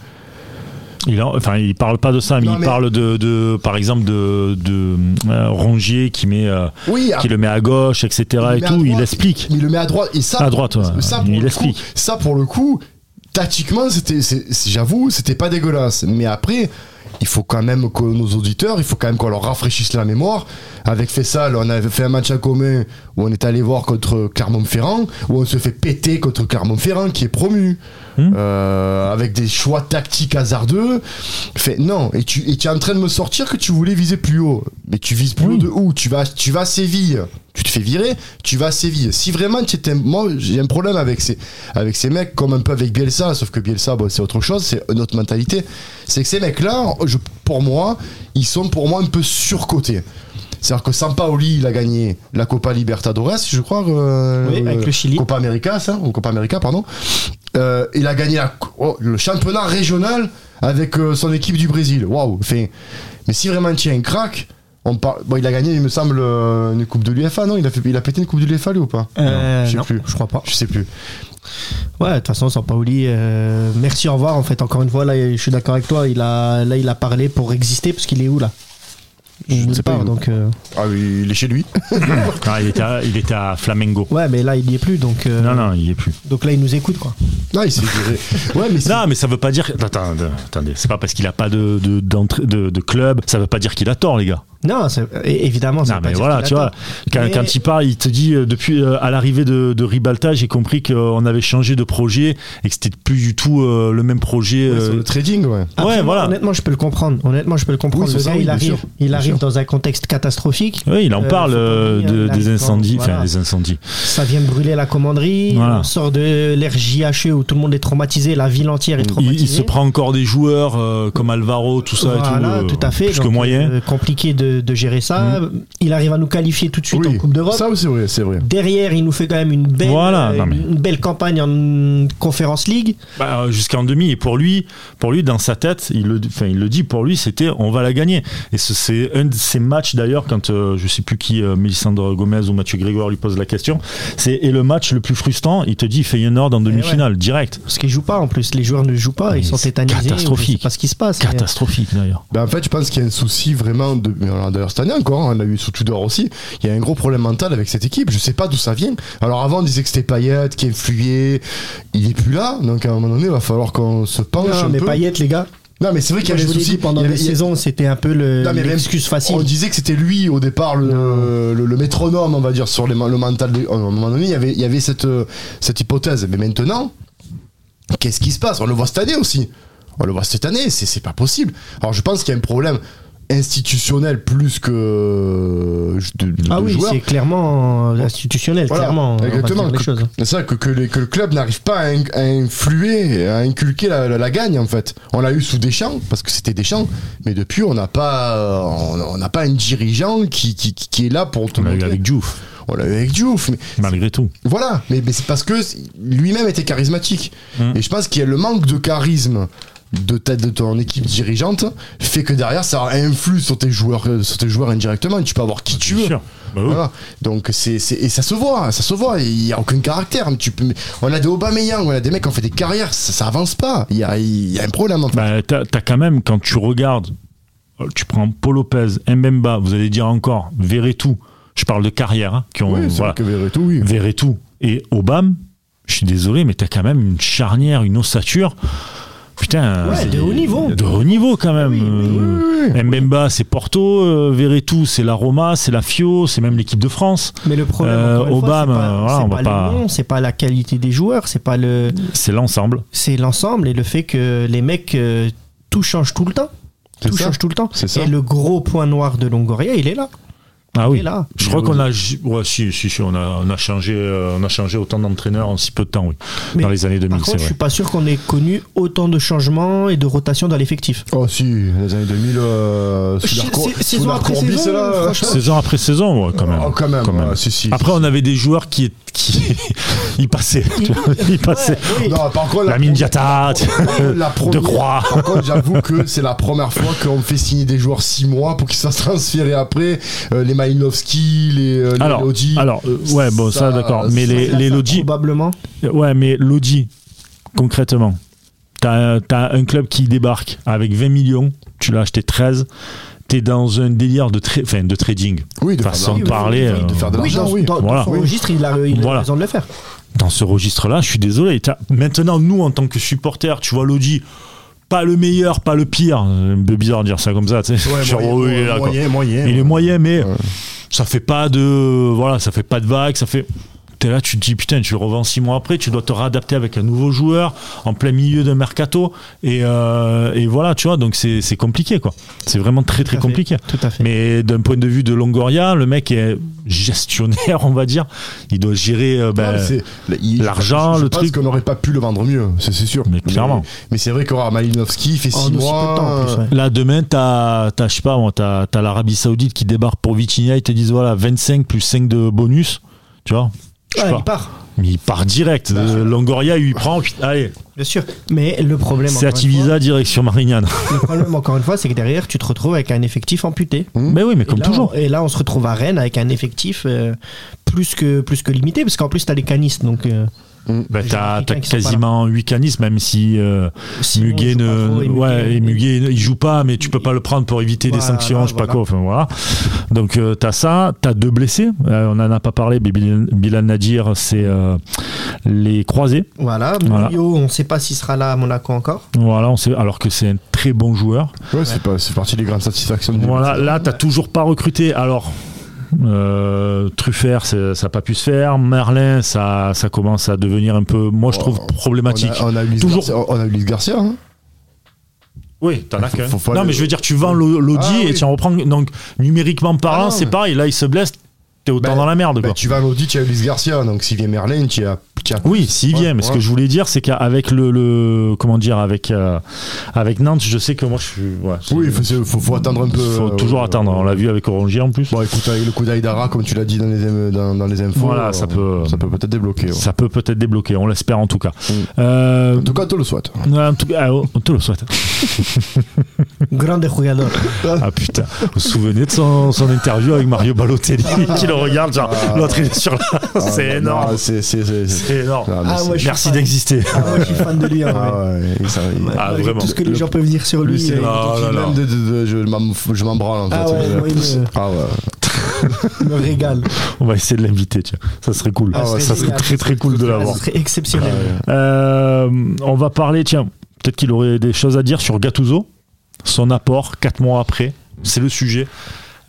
A: Il en- enfin, il parle pas de ça, mais
B: Non,
A: il
B: mais-
A: parle de, de- par exemple, de, de euh, Rongier qui met, euh,
B: oui,
A: qui le met à gauche, etc.
B: Ah. le
A: et
B: met à
A: tout. Il
B: droite. [laughs]
A: explique.
B: il le met à droite et ça
A: À droite, ouais.
B: ça, pour
A: Il
B: le
A: explique.
B: coup, ça pour le coup, tactiquement, c'était, c'est- c'est- j'avoue, c'était pas dégueulasse. Mais après, il faut quand même que nos auditeurs, il faut quand même qu'on leur rafraîchisse la mémoire. Avec Fessal, on avait fait un match à commun où on est allé voir contre Clermont-Ferrand, où on se fait péter contre Clermont-Ferrand qui est promu. Euh, avec des choix tactiques hasardeux. Fait, non, et tu, et tu es en train de me sortir que tu voulais viser plus haut. Mais tu vises plus
A: Oui.
B: haut de où tu vas, tu vas à Séville. Tu te fais virer, tu vas à Séville. Si vraiment tu étais. Moi, j'ai un problème avec ces, avec ces mecs, comme un peu avec Bielsa, sauf que Bielsa, bon, c'est autre chose, c'est une autre mentalité. C'est que ces mecs-là, je- pour moi, ils sont pour moi un peu surcotés. C'est-à-dire que Sampaoli, il a gagné la Copa Libertadores, je crois. euh,
C: Oui, avec le Chili.
B: Copa América, ça, ou Copa América, pardon. Euh, il a gagné la- oh, le championnat régional avec euh, son équipe du Brésil. Waouh! Enfin, mais si vraiment tu es un crack, On parle, bon, il a gagné, il me semble, euh, une coupe de l'UFA, non il a, fait, il a pété une coupe de l'UFA, lui, ou pas
C: Euh,
B: Je sais
C: non,
B: plus.
C: je crois pas.
B: Je sais plus.
C: Ouais, de toute façon, Sampaoli, euh, merci, au revoir. En fait, encore une fois, là, je suis d'accord avec toi. Il a, là, il a parlé pour exister, parce qu'il est où, là
B: Je
C: Il
B: ne
C: nulle
B: sais pas,
C: part,
B: il est où
C: donc. euh,
B: Ah, oui, il est chez
C: [laughs]
B: lui.
A: Ah, il, était à, il était à Flamengo.
C: Ouais, mais là, il n'y est plus, donc. euh,
A: Non, non, il y est plus.
C: Donc là, il nous écoute, quoi.
B: non, il s'est viré. [laughs] Ouais, mais c'est-
A: Non, mais ça veut pas dire. Attends, attends, attendez, c'est pas parce qu'il a pas de, de, d'entrée- de, de club, ça veut pas dire qu'il a tort, les gars.
C: Non, c'est- é- évidemment, ça
A: non,
C: veut pas
A: mais
C: dire
A: voilà,
C: qu'il
A: tu vois,
C: attend.
A: quand,
C: Mais-
A: quand il parle, il te dit euh, depuis euh, à l'arrivée de, de Ribalta, j'ai compris qu'on avait changé de projet et que c'était plus du tout euh, le même projet.
B: ouais,
A: euh,
B: sur le trading, ouais.
A: Ouais,
C: Après, moi,
A: voilà.
C: Honnêtement, je peux le comprendre. Honnêtement, je peux le comprendre.
B: Oui, c'est
C: Le
B: ça,
C: gars,
B: oui,
C: il
B: bien
C: arrive,
B: sûr.
C: il
B: Bien
C: arrive
B: sûr.
C: dans un contexte catastrophique.
A: Oui, il en
C: Euh,
A: parle
C: faut pas
A: euh,
C: oublier,
A: de-
C: euh,
A: des
C: la
A: incendies,
C: réforme,
A: enfin
C: voilà.
A: des incendies.
C: Ça vient de brûler la commanderie.
A: Voilà.
C: On sort de l'ère JHE E où tout le monde est traumatisé, la ville entière est
A: Il,
C: traumatisée.
A: il se prend encore des joueurs euh, comme Alvaro, tout ça et tout,
C: Voilà,
A: euh,
C: tout, à fait.
A: plus
C: Donc,
A: que moyen.
C: euh, compliqué de, de gérer ça. Il arrive à nous qualifier tout de suite en
B: Oui.
C: Coupe d'Europe.
B: Ça, oui, c'est vrai, c'est vrai.
C: Derrière, il nous fait quand même une belle,
A: Voilà,
C: euh,
A: non, mais-
C: une belle campagne en Conférence League.
A: Bah, euh, jusqu'en demi et pour lui pour lui dans sa tête il le enfin il le dit pour lui c'était on va la gagner et ce- c'est un de ces matchs d'ailleurs quand euh, je sais plus qui euh, Mélissandre Gomez ou Mathieu Grégoire lui pose la question c'est et le match le plus frustrant il te dit Feyenoord en
B: Eh
A: demi-finale direct
C: Parce qu'ils jouent pas en plus. Les joueurs ne jouent pas.
A: Mais
C: ils sont
A: c'est
C: tétanisés.
A: catastrophique.
C: Je sais pas ce qui se passe. mais-
A: catastrophique d'ailleurs
B: Ben, en fait, je pense qu'il y a un souci vraiment de. mais on l'a D'ailleurs, cette année encore, hein, on l'a eu sous Tudor aussi. Il y a un gros problème mental avec cette équipe. Je sais pas d'où ça vient. Alors, avant, on disait que c'était Payet qui influait. Il est plus là. Donc, à un moment donné, il va falloir qu'on se penche.
C: Non,
B: un
C: euh, mais
B: peu.
C: Payet, les gars.
B: Non, mais c'est vrai qu'il y avait
C: Moi, je
B: des
C: vous l'ai
B: soucis
C: dit, pendant
B: Il y
C: les
B: avait- il y avait-
C: saisons, c'était un peu le-
B: Non, mais même-
C: l'excuse facile.
B: On disait que c'était lui au départ le, le- le métronome, on va dire, sur les- le mental. de- euh, à un moment donné, il y avait, il y avait cette, euh, cette hypothèse. Mais maintenant, qu'est-ce qui se passe On le voit cette année aussi. On le voit cette année, c'est c'est pas possible. Alors je pense qu'il y a un problème institutionnel plus que euh, de, de-
C: Ah
B: de
C: oui,
B: joueurs.
C: c'est clairement institutionnel,
B: Voilà,
C: clairement. on va
B: exactement.
C: dire les choses. hein.
B: C'est ça que, que les- que le club n'arrive pas à, in- à influer, à inculquer la, la- la gagne en fait. On l'a eu sous Deschamps parce que c'était Deschamps, mais depuis on n'a pas, euh, on on n'a pas un dirigeant qui, qui, qui- qui est là pour tout
A: on l'a eu
B: montrer.
A: avec Diouf
B: On l'a eu avec Diouf, mais
A: malgré tout
B: voilà, mais, mais c'est parce que c'est- lui-même était charismatique.
A: Mm.
B: Et je pense qu'il y a le manque de charisme de tête de ton équipe dirigeante fait que derrière ça influe sur tes joueurs, euh, sur tes joueurs indirectement. Et tu peux avoir qui tu
A: Bien
B: veux. Ah.
A: sûr. Bah oui.
B: Voilà. Donc c'est c'est- et ça se voit, ça se voit. Il y a aucun caractère. Tu peux, on a des Aubameyang, on a des mecs qui ont fait des carrières, ça, ça avance pas. Il y a, il y a un problème. En fait.
A: Bah, t'as t'as quand même, quand tu regardes, euh, tu prends Paul Lopez, Mbemba, vous allez dire encore, Verretou, je parle de carrière, hein, qui ont.
B: oui, c'est
A: voilà,
B: vrai que Verretou, oui.
A: Verretou et Obama, je suis désolé, mais t'as quand même une charnière, une ossature. Putain.
C: Ouais,
A: c'est-
C: de haut niveau.
A: De haut niveau, quand même. Euh, Mbemba, c'est Porto, euh, Verretou, c'est la Roma, c'est la Fio, c'est même l'équipe de France.
C: Mais le problème,
A: Euh,
C: encore une fois,
A: Obama,
C: c'est pas-
A: voilà,
C: c'est
A: on
C: pas,
A: va pas-
C: le nom, c'est pas la qualité des joueurs, c'est pas le,
A: C'est l'ensemble.
C: c'est l'ensemble et le fait que les mecs euh, tout change tout le temps.
B: C'est
C: Tout
B: ça.
C: change tout le temps.
B: C'est ça.
C: Et le gros point noir de Longoria, il est là.
A: Ah
C: est
A: oui.
C: là.
A: Je crois qu'on a, ouais, si, si, si, on a, on a changé, euh, on a changé autant d'entraîneurs en si peu de temps, oui.
C: Mais
A: dans les années 2000,
C: Par
A: c'est
C: contre, je
A: vrai.
C: suis pas sûr qu'on ait connu autant de changements et de rotations
A: [laughs]
C: dans l'effectif.
B: Oh si, les années 2000, euh, sous
C: Sais-
B: leur cour- sous
C: sais- saison
B: leur
C: après
B: courbis,
C: saison,
B: là,
C: franchement.
A: Saison après saison, ouais, quand même.
B: Oh, quand même, ouais, si, si.
A: Après, on avait des joueurs qui, qui [laughs] ils passaient. tu vois, ils passaient.
C: oui.
B: Non, par contre,
A: La Mindiata,
B: [laughs]
A: [laughs]
B: la
A: De
B: première-
A: Croix.
B: Par contre, j'avoue que c'est la première fois qu'on fait signer des joueurs 6 mois pour qu'ils se fassent transférer après. Euh, les Malinowski, les, euh, les
A: Alors,
B: Lodi.
A: alors euh, ouais, bon, ça,
B: Ça-
A: d'accord. Mais
B: ça-
A: les,
C: Là,
A: les
C: ça,
A: Lodi,
C: Probablement.
A: ouais, mais Lodi, concrètement, t'as as un club qui débarque avec 20 millions, tu l'as acheté 13, t'es dans un délire de, tra- enfin, de trading.
B: oui, de
A: façon de
B: faire de l'argent,
A: parler,
B: oui, de
A: euh,
B: faire de
C: Oui,
B: l'argent,
C: dans,
B: oui.
C: dans- dans
A: Voilà.
C: son
B: Oui.
C: registre, il a, il a
A: Voilà.
C: raison de le faire.
A: dans ce registre-là, je suis désolé. T'as- Maintenant, nous, en tant que supporters, tu vois Lodi, pas le meilleur, pas le pire. Un peu bizarre de dire ça comme ça. tu sais. [laughs]
B: Ouais,
A: Genre,
B: moyen,
A: oh, il est là, quoi.
B: moyen, moyen.
A: Il est moyen, mais
B: Ouais.
A: ça fait pas de. Voilà, ça fait pas de vague, ça fait. T'es là, tu te dis putain, tu le revends six mois après, tu dois te réadapter avec un nouveau joueur en plein milieu d'un mercato. Et, euh, et voilà, tu vois, donc c'est c'est compliqué, quoi. C'est vraiment très, très
C: Tout à fait.
A: compliqué.
C: Tout à fait.
A: Mais d'un point de vue de Longoria, le mec est gestionnaire, [laughs] on va dire. Il doit gérer. euh, ben,
B: Non, mais c'est- il-
A: l'argent,
B: je- je
A: le
B: pense
A: truc.
B: qu'on n'aurait pas pu le vendre mieux, c'est c'est sûr.
A: Mais clairement. Oh,
B: Mais c'est vrai qu'Aura Malinowski fait 6
C: En aussi peu de
B: mois.
C: temps, en plus, ouais.
A: Là, demain, t'as, t'as, je sais pas, moi, t'as, t'as l'Arabie Saoudite qui débarque pour Vitinha, ils te disent, voilà, 25 plus 5 de bonus, tu vois. Je sais
C: Ouais,
A: pas.
C: Ah, il part,
A: Mais il part direct.
C: Bah,
A: Euh, Longoria, il prend. puis- Allez,
C: bien sûr. Mais le problème,
A: c'est
C: encore une
A: Ativisa, direction Marignane.
C: fois- le problème, encore une fois, c'est que derrière, tu te retrouves avec un effectif amputé.
A: Mais oui, mais
C: Mmh. Et
A: comme
C: là,
A: toujours.
C: on- et là, on se retrouve à Rennes avec un effectif euh, plus, que, plus que limité, parce qu'en plus, t'as les canistes. Donc, euh,
A: Bah,
C: les
A: t'as
C: Africains
A: t'as
C: qui sont pas
A: quasiment 8 canis, même si euh,
C: Simon
A: Muguet
C: joue pas
A: ne.
C: trop et Muguet-
A: ouais, et Muguet, il joue pas, mais tu peux pas le prendre pour éviter des
C: Voilà,
A: sanctions, je sais pas
C: voilà.
A: quoi. Enfin, voilà. Donc, euh, t'as ça. T'as deux blessés. Euh, on en a pas parlé, mais Bilal Bilal Nadir, c'est euh, les croisés.
C: Voilà,
A: Voilà.
C: Murillo, on sait pas s'il sera là à
A: [laughs]
C: Monaco encore.
A: Voilà, on sait, alors que c'est un très bon joueur.
B: Ouais, c'est pas- c'est parti des grandes satisfactions. du
A: Voilà, là, t'as toujours pas recruté. Alors, euh, Truffert, c'est- ça n'a pas pu se faire. Merlin, ça, ça commence à devenir un peu, moi je trouve,
B: Oh,
A: problématique.
B: On a, on a Ulysse
A: Toujours.
B: Garcia, on a Ulysse Garcia, hein.
A: Oui, t'en as
B: Faut-
A: qu'un.
B: faut pas
A: Non,
B: le-
A: mais je veux dire, tu vends l'O- l'Audi
B: Ah,
A: et
B: oui.
A: tu en reprends. Donc, numériquement
B: Ah,
A: parlant,
B: non,
A: c'est
B: mais-
A: pareil. Là, il se blesse, t'es autant
B: Ben,
A: dans la merde.
B: Bah,
A: quoi.
B: tu vas à l'Audi, tu as Ulysse Garcia. Donc s'il vient Merlin, tu as. tu as-
A: Oui, s'il
B: Ouais,
A: vient. Mais ce
B: ouais.
A: que je voulais dire, c'est qu'avec le, le- comment dire, avec euh, avec Nantes, je sais que moi, je suis. ouais, c'est-
B: Oui, il faut, c'est- faut- faut attendre un peu.
A: faut
B: euh,
A: toujours
B: euh,
A: attendre. On l'a vu avec Orangier en plus.
B: Bon, écoute, avec le coup d'Aïdara, comme tu l'as dit dans les, im- dans, dans les infos, euh,
A: Voilà, ça peut-
B: ça peut peut-être débloquer. ouais.
A: Ça peut peut-être débloquer. On l'espère en tout cas.
B: Mm.
A: Euh,
B: En tout cas, on te le souhaite.
A: Ouais, en tout cas, ah, on te le souhaite.
C: Grande jugador.
A: Ah putain, vous vous souvenez de son, son interview avec Mario Balotelli [laughs] bah qui le regarde, genre
B: Ah.
A: l'autre il est sur la. [laughs] c'est
B: Ah,
A: énorme,
B: non, C'est c'est- c'est- c'est-
A: c'est énorme.
B: Ah, mais
C: Ah,
B: c'est-
C: ouais, je suis
A: Merci
C: fan.
A: d'exister. [laughs]
C: Ah ouais, je suis fan de lui. hein, ouais.
B: Ah ouais, ça-
A: Ah,
C: Avec
A: vraiment.
C: Tout ce que les
B: Le-
C: gens peuvent dire sur lui.
B: Lui, c'est
C: euh,
A: Ah, là,
B: le
A: là.
B: même de, de- de- je m'en f- je m'en branle en fait.
C: Ah ouais, moi, il me-
B: Ah ouais.
C: il me régale.
A: On va essayer de l'inviter, tiens. Ça serait cool.
C: Ah ouais,
A: ça serait
C: génial.
A: très très cool de
C: Ah,
A: l'avoir.
C: ce serait exceptionnel.
A: Euh, on va parler, tiens, peut-être qu'il aurait des choses à dire sur Gattuso, son apport quatre mois après. C'est le sujet.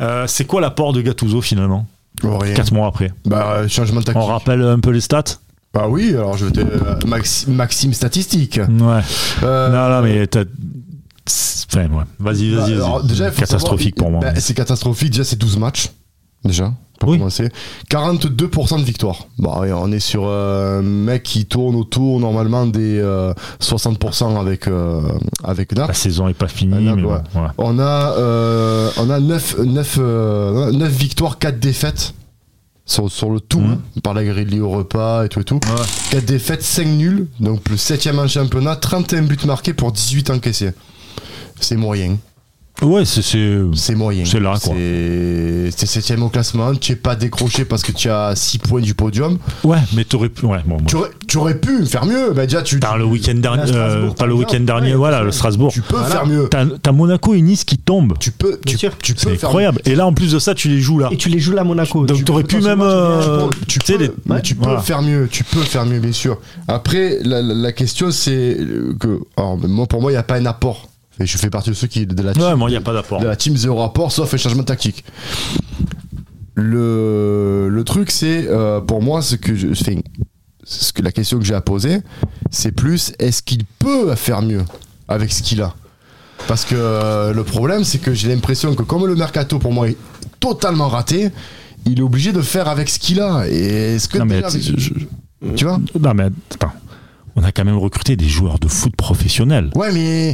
A: Euh, c'est quoi l'apport de Gattuso finalement
B: Bon, rien.
A: Quatre mois après.
B: Bah, euh, changement de
A: On
B: tactique.
A: rappelle un peu les stats
B: Bah oui, alors je vais te. euh, Maxi- Maxime statistique.
A: Ouais.
B: Euh,
A: Non, non, mais t'as. Enfin, ouais. Vas-y,
B: bah,
A: vas-y,
B: alors,
A: vas-y.
B: déjà, il faut
A: Catastrophique
B: savoir-
A: pour moi.
B: bah, c'est catastrophique. Déjà, c'est 12 matchs. Déjà, pour
A: Oui.
B: commencer. 42% de victoire. Bah, ouais, on est sur euh, un mec qui tourne autour normalement des euh, 60% avec, euh, avec Naples.
A: La saison est pas
B: Ah,
A: finie,
B: non,
A: mais
B: ouais.
A: bon, ouais.
B: On a, euh, on a 9, victoires, 4 défaites sur, sur le tout,
A: Mhm.
B: hein, par la grille liée au repas et tout et tout.
A: Ouais.
B: 4 défaites, 5 nuls, donc le 7ème en championnat, 31 buts marqués pour 18 encaissés. C'est moyen,
A: Ouais, c'est- euh, c'est.
B: c'est moyen.
A: C'est là, quoi.
B: C'est 7ème au classement, tu n'es pas décroché parce que tu as 6 points du podium.
A: Ouais, mais t'aurais pu. Ouais, bon. bon.
B: Tu aurais, tu aurais pu faire mieux, bah déjà tu,
A: T'as le week-end dernier.
C: Strasbourg,
A: euh,
C: par
A: pas le
C: exemple.
A: week-end dernier,
C: Ouais,
A: voilà,
C: c'est
A: le
C: ça.
A: Strasbourg.
B: tu peux
C: Voilà.
B: faire mieux.
A: T'as t'as Monaco et Nice qui tombent.
B: Tu peux,
C: Bien
B: tu,
C: sûr.
B: tu peux
A: C'est
B: faire
A: incroyable. Et là, en plus de ça, tu les joues là.
C: Et tu les joues là à Monaco.
A: Ah. Donc
C: tu
A: t'aurais
C: peux
A: pu même.
C: potentiellement-
A: euh,
B: tu
A: tu sais,
B: peux,
A: les-
B: mais tu peux
A: voilà.
B: faire mieux, tu peux faire mieux, bien sûr. Après, la, la- la question, c'est que, alors, moi, pour moi, il n'y a pas un apport. Et je fais partie de ceux qui, de la team,
A: Ouais, moi, il n'y a pas d'apport.
B: de la team zéro apport, sauf un changement de tactique. Le, le truc, c'est, euh, pour moi, ce que je, enfin, ce que la question que j'ai à poser, c'est plus, est-ce qu'il peut faire mieux avec ce qu'il a Parce que euh, le problème, c'est que j'ai l'impression que comme le mercato, pour moi, est totalement raté, il est obligé de faire avec ce qu'il a. Et est-ce que
A: Non, mais
B: déjà,
A: tu-
B: avec-
A: je-
B: tu vois
A: Non, mais attends. On a quand même recruté des joueurs de foot professionnels.
B: Ouais, mais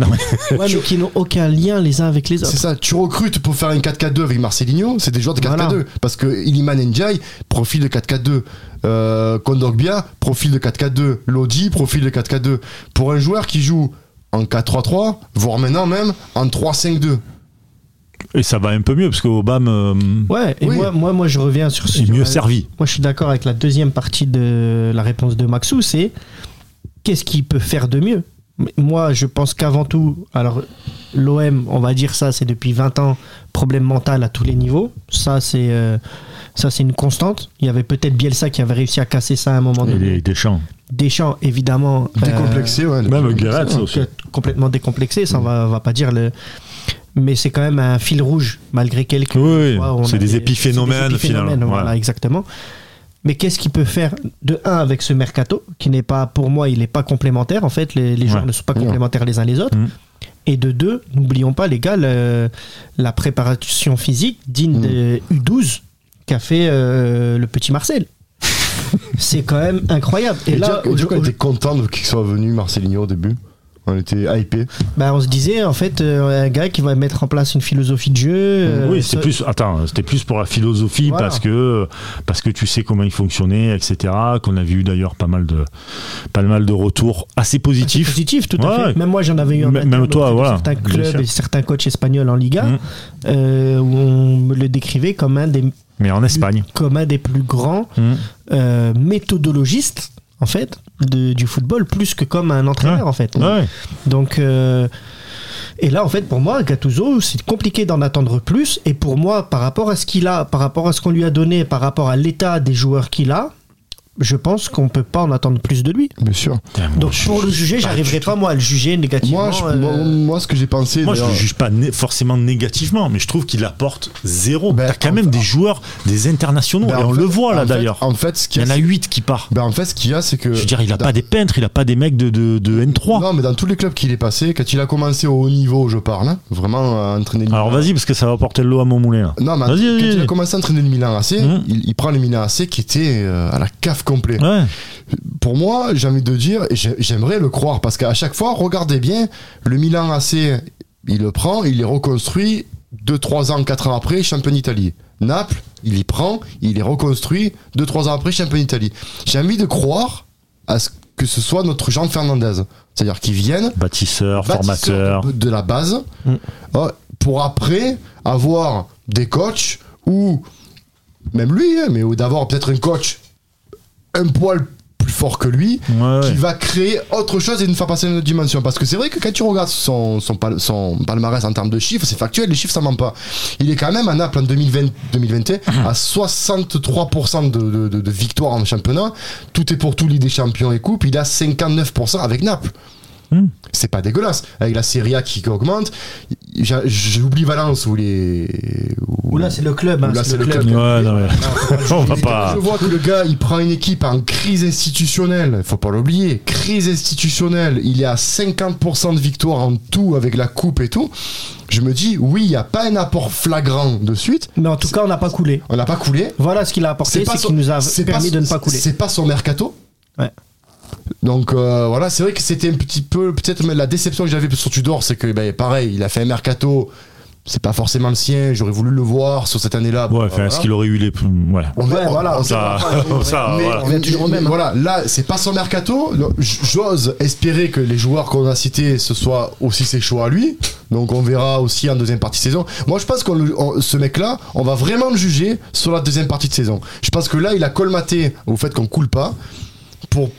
C: Ouais, mais qui n'ont aucun lien les uns avec les
B: c'est
C: autres.
B: ça. Tu recrutes pour faire un 4-4-2 avec Marcelinho, c'est des joueurs de 4-4-2.
C: Voilà.
B: Parce que Iliman Ndiaye, profil de 4-4-2. Euh, Kondogbia, profil de 4-4-2. Lodi, profil de 4-4-2. Pour un joueur qui joue en 4-3-3, voire maintenant même en 3-5-2.
A: [laughs] Et ça va un peu mieux, parce qu'Obama euh,
C: Ouais, et
B: Oui.
C: moi, moi, moi, je reviens sur ce.
A: est
C: sur
A: mieux
C: la-
A: servi.
C: Moi, je suis d'accord avec la deuxième partie de la réponse de Maxou, c'est qu'est-ce qu'il peut faire de mieux Mais Moi, je pense qu'avant tout, alors l'OM, on va dire ça, c'est depuis 20 ans, problème mental à tous les niveaux. Ça, c'est euh, ça, c'est une constante. Il y avait peut-être Bielsa qui avait réussi à casser ça à un moment
A: Et
C: donné.
A: les Deschamps.
C: Deschamps, évidemment. euh,
B: Décomplexé, ouais.
A: Même
B: décomplexé.
A: Guéret aussi.
C: que- complètement décomplexé, ça on va, on va pas dire le. Mais c'est quand même un fil rouge, malgré quelques.
A: Oui,
C: fois où on
A: c'est
C: a
A: des
C: c'est
A: épiphénomènes,
C: des épiphénomènes,
A: finalement.
C: Voilà,
A: Ouais.
C: exactement. Mais qu'est-ce qu'il peut faire de un avec ce mercato, qui n'est pas, pour moi, il n'est pas complémentaire. En fait, les, les joueurs
A: Ouais.
C: ne sont pas
B: Non.
C: complémentaires les uns les autres.
A: Mhm.
C: Et de deux, n'oublions pas, les gars, le- la préparation physique digne
A: Mm.
B: Mhm.
C: de U12 qu'a fait euh, le
A: [laughs]
C: petit Marcel. c'est quand même incroyable. Et,
B: Et
C: là,
B: là,
C: aujourd'hui-
B: était content de qu'il soit venu Marcelinho au début. On était hypés.
C: Bah, on se disait, en fait, euh, un gars qui va mettre en place une philosophie de jeu. euh,
A: Mm. oui, c'était
C: ça-
A: plus, attends, c'était plus pour la philosophie
C: Voilà.
A: parce que parce que tu sais comment il fonctionnait, etc. Qu'on avait eu d'ailleurs pas mal de pas mal de retours assez
C: c'est
A: positifs.
C: Positif, tout
A: Ouais,
C: à
A: ouais.
C: fait. Même moi, j'en avais eu un.
A: Même- même toi, voilà.
C: Certains
A: Bien sûr.
C: clubs et certains coachs espagnols en Liga,
A: Mm.
C: euh, où on me le décrivait comme un des,
A: Mais en Espagne,
C: comme un des plus grands
A: Mm.
C: euh, méthodologistes, en fait, de- du football, plus que comme un entraîneur,
A: Ouais.
C: en fait.
A: Ouais.
C: Donc, euh, et là, en fait, pour moi, Gattuso, c'est compliqué d'en attendre plus. Et pour moi, par rapport à ce qu'il a, par rapport à ce qu'on lui a donné, par rapport à l'état des joueurs qu'il a, je pense qu'on peut pas en attendre plus de lui.
B: Bien sûr.
A: Putain, moi,
C: Donc,
A: je-
C: pour le juger, j'arriverai pas, moi, à le juger négativement.
B: Ah, Moi, je-
C: euh,
B: moi, moi, ce que j'ai pensé.
A: Moi, je le
B: d'ailleurs-
A: juge pas né- forcément négativement, mais je trouve qu'il apporte zéro.
B: Ben,
A: T'as quand
B: en-
A: même des joueurs, des internationaux,
B: Ben,
A: et
B: en
A: on
B: fait-
A: le voit là
B: en fait-
A: d'ailleurs.
B: En fait, ce
A: Il
B: qu'il
A: y
B: y
A: en
B: a,
A: a 8 qui partent.
B: ben, en fait, ce qu'il y a, c'est que.
A: Je veux dire, il a pas des peintres, il a pas des mecs de, de, de N3.
B: Non, mais dans tous les clubs qu'il est passé, quand il a commencé au haut niveau, je parle, hein, vraiment à entraîner. le
A: Alors
B: Milan.
A: vas-y, parce que ça va porter le lot à mon moulin. là.
B: Non, mais
A: Vas-y,
B: quand
A: vas-y,
B: il
A: vas-y.
B: a commencé à entraîner le Milan AC,
A: Mhm.
B: il, il prend le Milan AC qui était euh, à la cave complet.
A: Ouais.
B: Pour moi, j'ai envie de dire, et j'ai- j'aimerais le croire, parce qu'à chaque fois, regardez bien, le Milan AC, il le prend, il est reconstruit, 2, 3 ans, 4 ans après, champion d'Italie. Naples, il y prend, il est reconstruit, 2, 3 ans après, champion d'Italie. J'ai envie de croire à ce que ce soit notre Jean Fernandez. C'est-à-dire qu'il vienne,
A: Bâtisseur,
B: bâtisseur
A: formateur.
B: de, de la base
C: Mm.
B: euh, pour après avoir des coachs ou même lui, hein, mais ou d'avoir peut-être un coach un poil plus fort que lui
A: Ouais, ouais.
B: qui va créer autre chose et nous faire passer à une autre dimension. Parce que c'est vrai que quand tu regardes son, son, pal- son palmarès en termes de chiffres, c'est factuel, les chiffres ça ment pas. Il est quand même à Naples en 2020, 2021
A: Mhm.
B: à 63% de, de, de- de victoires en championnat. Tout est pour tout, Ligue des Champions et Coupe. Il a 59% avec Naples.
A: Hmm.
B: C'est pas dégueulasse. Avec la Serie A qui augmente, j'a- j'oublie Valence où les. où-
C: Ou là, c'est le club. hein,
B: Ou là, c'est
C: c'est le
B: le
C: club.
A: Ouais, non, mais- [laughs] on va
B: et
A: pas.
B: Je vois que le gars, il prend une équipe en crise institutionnelle. Faut pas l'oublier. Crise institutionnelle. Il est à 50% de victoire en tout avec la coupe et tout. Je me dis, oui, il n'y a pas un apport flagrant de suite.
C: Mais en tout cas, on n'a pas coulé.
B: On n'a pas coulé.
C: Voilà ce qu'il a apporté, c'est
B: pas
C: qu'il nous a
B: c'est
C: permis
B: pas-
C: de ne pas couler.
B: C'est pas son mercato.
C: Ouais.
B: Donc euh, voilà, c'est vrai que c'était un petit peu peut-être mais la déception que j'avais sur Tudor, c'est que ben, pareil, il a fait un mercato. C'est pas forcément le sien. J'aurais voulu le voir sur cette année-là.
A: Ouais,
B: Bon,
A: enfin,
B: voilà.
A: est-ce qu'il aurait eu les. Ouais.
B: On
C: Ouais, voilà,
B: on-
A: ça- [laughs]
B: on-
A: ça,
B: mais-
A: voilà.
C: On revient toujours au
B: mais
C: même, hein.
B: Voilà, là, c'est pas son mercato. Donc, j- J'ose espérer que les joueurs qu'on a cités, ce soit aussi ses choix à lui. Donc, on verra aussi en deuxième partie de saison. Moi, je pense que ce mec-là, on va vraiment le juger sur la deuxième partie de saison. Je pense que là, il a colmaté au fait qu'on coule pas. Pour,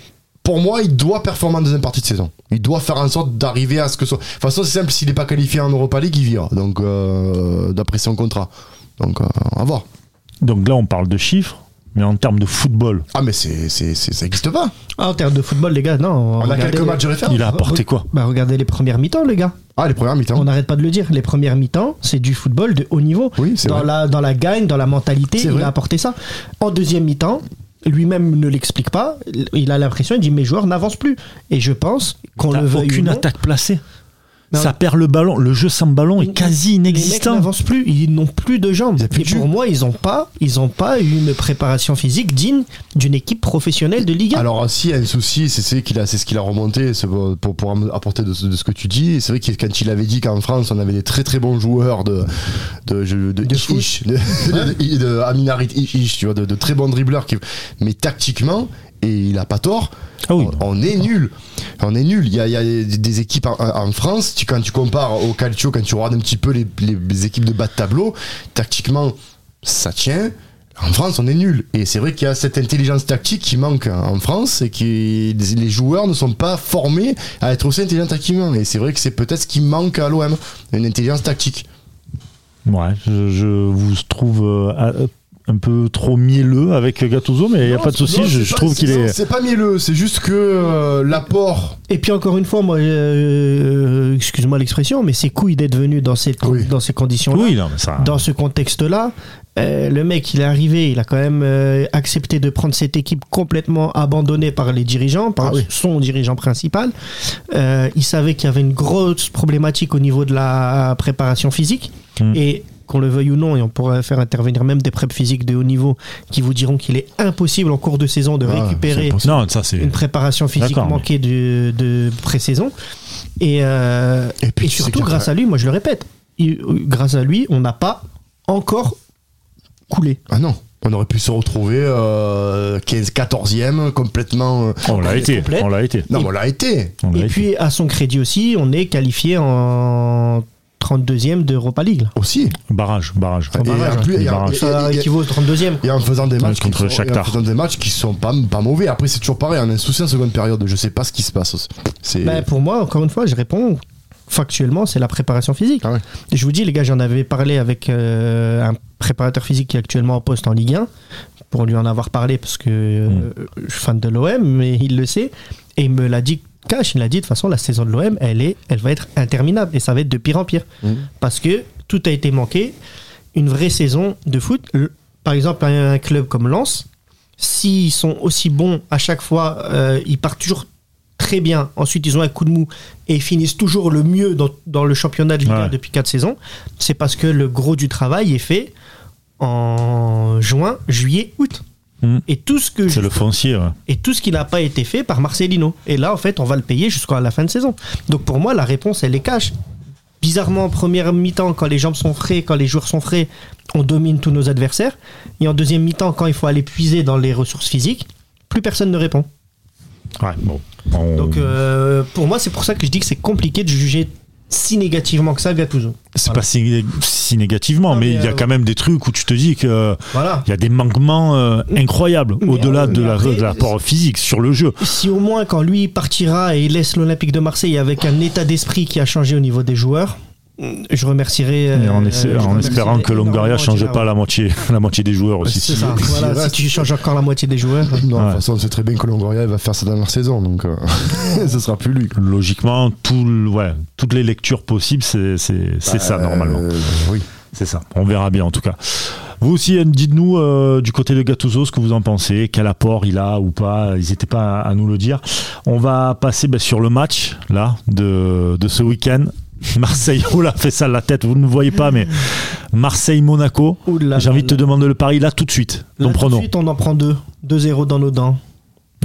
B: pour moi, il doit performer en deuxième partie de saison. Il doit faire en sorte d'arriver à ce que ce soit. De toute façon, c'est simple, s'il n'est pas qualifié en Europa League, il vira. Donc, euh, d'après son contrat. Donc, euh, à voir.
A: Donc là, on parle de chiffres, mais en termes de football,
B: Ah mais c'est, c'est, c'est- ça n'existe pas.
C: Ah, en termes de football, les gars, non.
B: On a
C: regardez
B: quelques
C: les-
B: matchs de référence.
A: il a apporté quoi
C: Bah, regardez les premières mi-temps, les gars.
B: Ah les premières mi-temps.
C: On n'arrête pas de le dire. Les premières mi-temps, c'est du football de haut niveau.
B: Oui, c'est
C: dans
B: vrai.
C: la, dans la gagne, dans la mentalité,
B: C'est
C: il
B: vrai.
C: a apporté ça. En deuxième mi-temps, lui-même ne l'explique pas. Il a l'impression, il dit mes joueurs n'avancent plus. Et je pense qu'on
A: T'as
C: le veuille ou
A: aucune
C: non,
A: attaque placée.
C: Non.
A: Ça perd le ballon. Le jeu sans ballon est quasi
C: les mecs
A: inexistant.
C: n'avancent plus. Ils n'ont plus de jambes.
B: Ils ont plus
C: Et
B: de
C: pour
B: jus.
C: moi, ils n'ont pas, ils ont pas une préparation physique digne d'une équipe professionnelle de Ligue 1.
B: Alors si il y a un souci, c'est, c'est qu'il a, c'est ce qu'il a remonté c'est pour, pour, pour apporter de, ce- de ce que tu dis. Et C'est vrai que quand il avait dit qu'en France on avait des très très bons joueurs de de de, de, Ish-
C: foot.
B: Ish, de, de- de- de Aminarit Ish, Ish, tu vois, de, de très bons dribbleurs qui, mais tactiquement et il a pas tort.
A: Ah oui.
B: On, on est nul. On est nul. Il y a, il y a des- des équipes en, en France, tu, quand tu compares au Calcio, quand tu regardes un petit peu les, les- les équipes de bas de tableau, tactiquement, ça tient. En France, on est nul. Et c'est vrai qu'il y a cette intelligence tactique qui manque en France et que les joueurs ne sont pas formés à être aussi intelligents tactiquement. Et c'est vrai que c'est peut-être ce qui manque à l'OM, une intelligence tactique.
A: Ouais, je, je vous trouve euh, euh, un peu trop mielleux avec Gattuso, mais il n'y a
B: Non,
A: pas de souci.
B: non,
A: Je,
B: c'est
A: je
B: pas-
A: trouve
B: c'est-
A: qu'il
B: non,
A: est.
B: C'est pas mielleux, c'est juste que euh, l'apport.
C: Et puis encore une fois, moi, euh, euh, excuse-moi l'expression, mais c'est couille d'être venu dans cette
B: Oui.
C: dans ces conditions-là.
A: Oui, non, mais ça.
C: dans ce contexte-là, euh, le mec, il est arrivé, il a quand même euh, accepté de prendre cette équipe complètement abandonnée par les dirigeants, par
B: Ah oui.
C: son dirigeant principal.
B: Hmm.
C: Euh, il savait qu'il y avait une grosse problématique au niveau de la préparation physique.
A: Mm.
C: Et qu'on le veuille ou non, et on pourra faire intervenir même des préps physiques de haut niveau qui vous diront qu'il est impossible en cours de saison de
B: Ah,
C: récupérer
B: c'est
A: Non, ça c'est.
C: une préparation physique
A: D'accord, mais-
C: manquée de, de pré-saison. Et, euh,
B: Et puis
C: et
B: tu sais
C: surtout,
B: qu'après-
C: grâce à lui, moi je le répète, il- euh, grâce à lui, on n'a pas encore coulé.
B: Ah non, on aurait pu se retrouver euh, 15, 14e, complètement. euh,
A: On l'a été.
C: complète.
A: On l'a été.
B: Non, mais on l'a été.
A: On l'a
C: et
A: été.
C: puis, à son crédit aussi, on est qualifié en 32e d'Europa League. là.
B: Aussi.
A: Barrage, barrage.
B: Et
C: barrage,
B: en plus,
A: hein.
B: et en-
A: Barrage.
B: et-
C: Ça
B: et- et-
C: équivaut au 32e.
B: Et en faisant des matchs
A: contre
B: qui sont, et en
A: Shakhtar.
B: faisant des matchs qui sont pas, pas mauvais. Après, c'est toujours pareil, en insouciant seconde période, je sais pas ce qui se passe. C'est
C: Bah, pour moi, encore une fois, je réponds factuellement, c'est la préparation physique.
B: Ah ouais.
C: Je vous dis, les gars, j'en avais parlé avec euh, un préparateur physique qui est actuellement en poste en Ligue 1, pour lui en avoir parlé parce que euh,
A: Mm.
C: je suis fan de l'OM, mais il le sait. Et il me l'a dit, cash, il l'a dit, de toute façon, la saison de l'OM, elle, est, elle va être interminable et ça va être de pire en pire.
B: Mm.
C: Parce que tout a été manqué. Une vraie saison de foot, le- par exemple, un club comme Lens, s'ils sont aussi bons à chaque fois, euh, ils partent toujours très bien. Ensuite, ils ont un coup de mou et ils finissent toujours le mieux dans, dans le championnat de Ligue 1
A: Ouais.
C: depuis 4 saisons. C'est parce que le gros du travail est fait en juin, juillet, août.
A: Mm.
C: Et tout ce que
A: C'est le foncier. ouais.
C: et tout ce qui n'a pas été fait par Marcelino. Et là, en fait, on va le payer jusqu'à la fin de saison. Donc pour moi, la réponse, elle est cash. Bizarrement, en première mi-temps, quand les jambes sont frais, quand les joueurs sont frais, on domine tous nos adversaires. Et en deuxième mi-temps, quand il faut aller puiser dans les ressources physiques, plus personne ne répond.
A: Ouais, bon. On-
C: Donc euh, pour moi, c'est pour ça que je dis que c'est compliqué de juger si négativement que ça Gattuso.
A: c'est pas si, nég- si négativement,
C: Non,
A: mais
C: mais,
A: il y a
C: euh,
A: quand même des trucs où tu te dis que euh,
C: Voilà.
A: il y a des manquements euh, incroyables
C: Mais,
A: au-delà
C: euh,
A: de
C: mais
A: la-
C: après,
A: de l'apport physique sur le jeu.
C: Si au moins quand lui partira et il laisse l'Olympique de Marseille avec un état d'esprit qui a changé au niveau des joueurs, mm, je remercierai.
A: Et en,
C: euh,
A: essa-
C: je
A: en
C: remercierai
A: espérant que Longoria
C: énormément
A: ne change
C: Gérard.
A: pas la moitié, [laughs] la moitié des joueurs aussi.
C: C'est
B: Si-
C: ça.
B: si-
C: voilà,
B: si-
C: si
B: reste-
C: tu changes encore la moitié des joueurs.
B: Non, de
A: Ouais.
B: toute façon, on sait très bien que Longoria il va faire sa dernière saison, donc euh, ce sera plus lui.
A: Logiquement, tout le- ouais, toutes les lectures possibles, c'est c'est- c'est ça
B: Euh,
A: normalement.
B: oui.
A: C'est ça. On verra bien en tout cas. Vous aussi, Anne, dites-nous euh, du côté de Gattuso ce que vous en pensez, quel apport il a ou pas. Ils n'étaient pas à, à nous le dire. On va passer ben, sur le match là de, de ce week-end. [laughs] Marseille, oh là, fait ça de la tête. Vous ne voyez pas, mais Marseille-Monaco.
C: Oula,
A: J'ai envie de te demander le pari là tout de suite. Ton
C: Là, tout de
A: pronom.
C: suite, on en prend deux. 2-0 dans nos dents.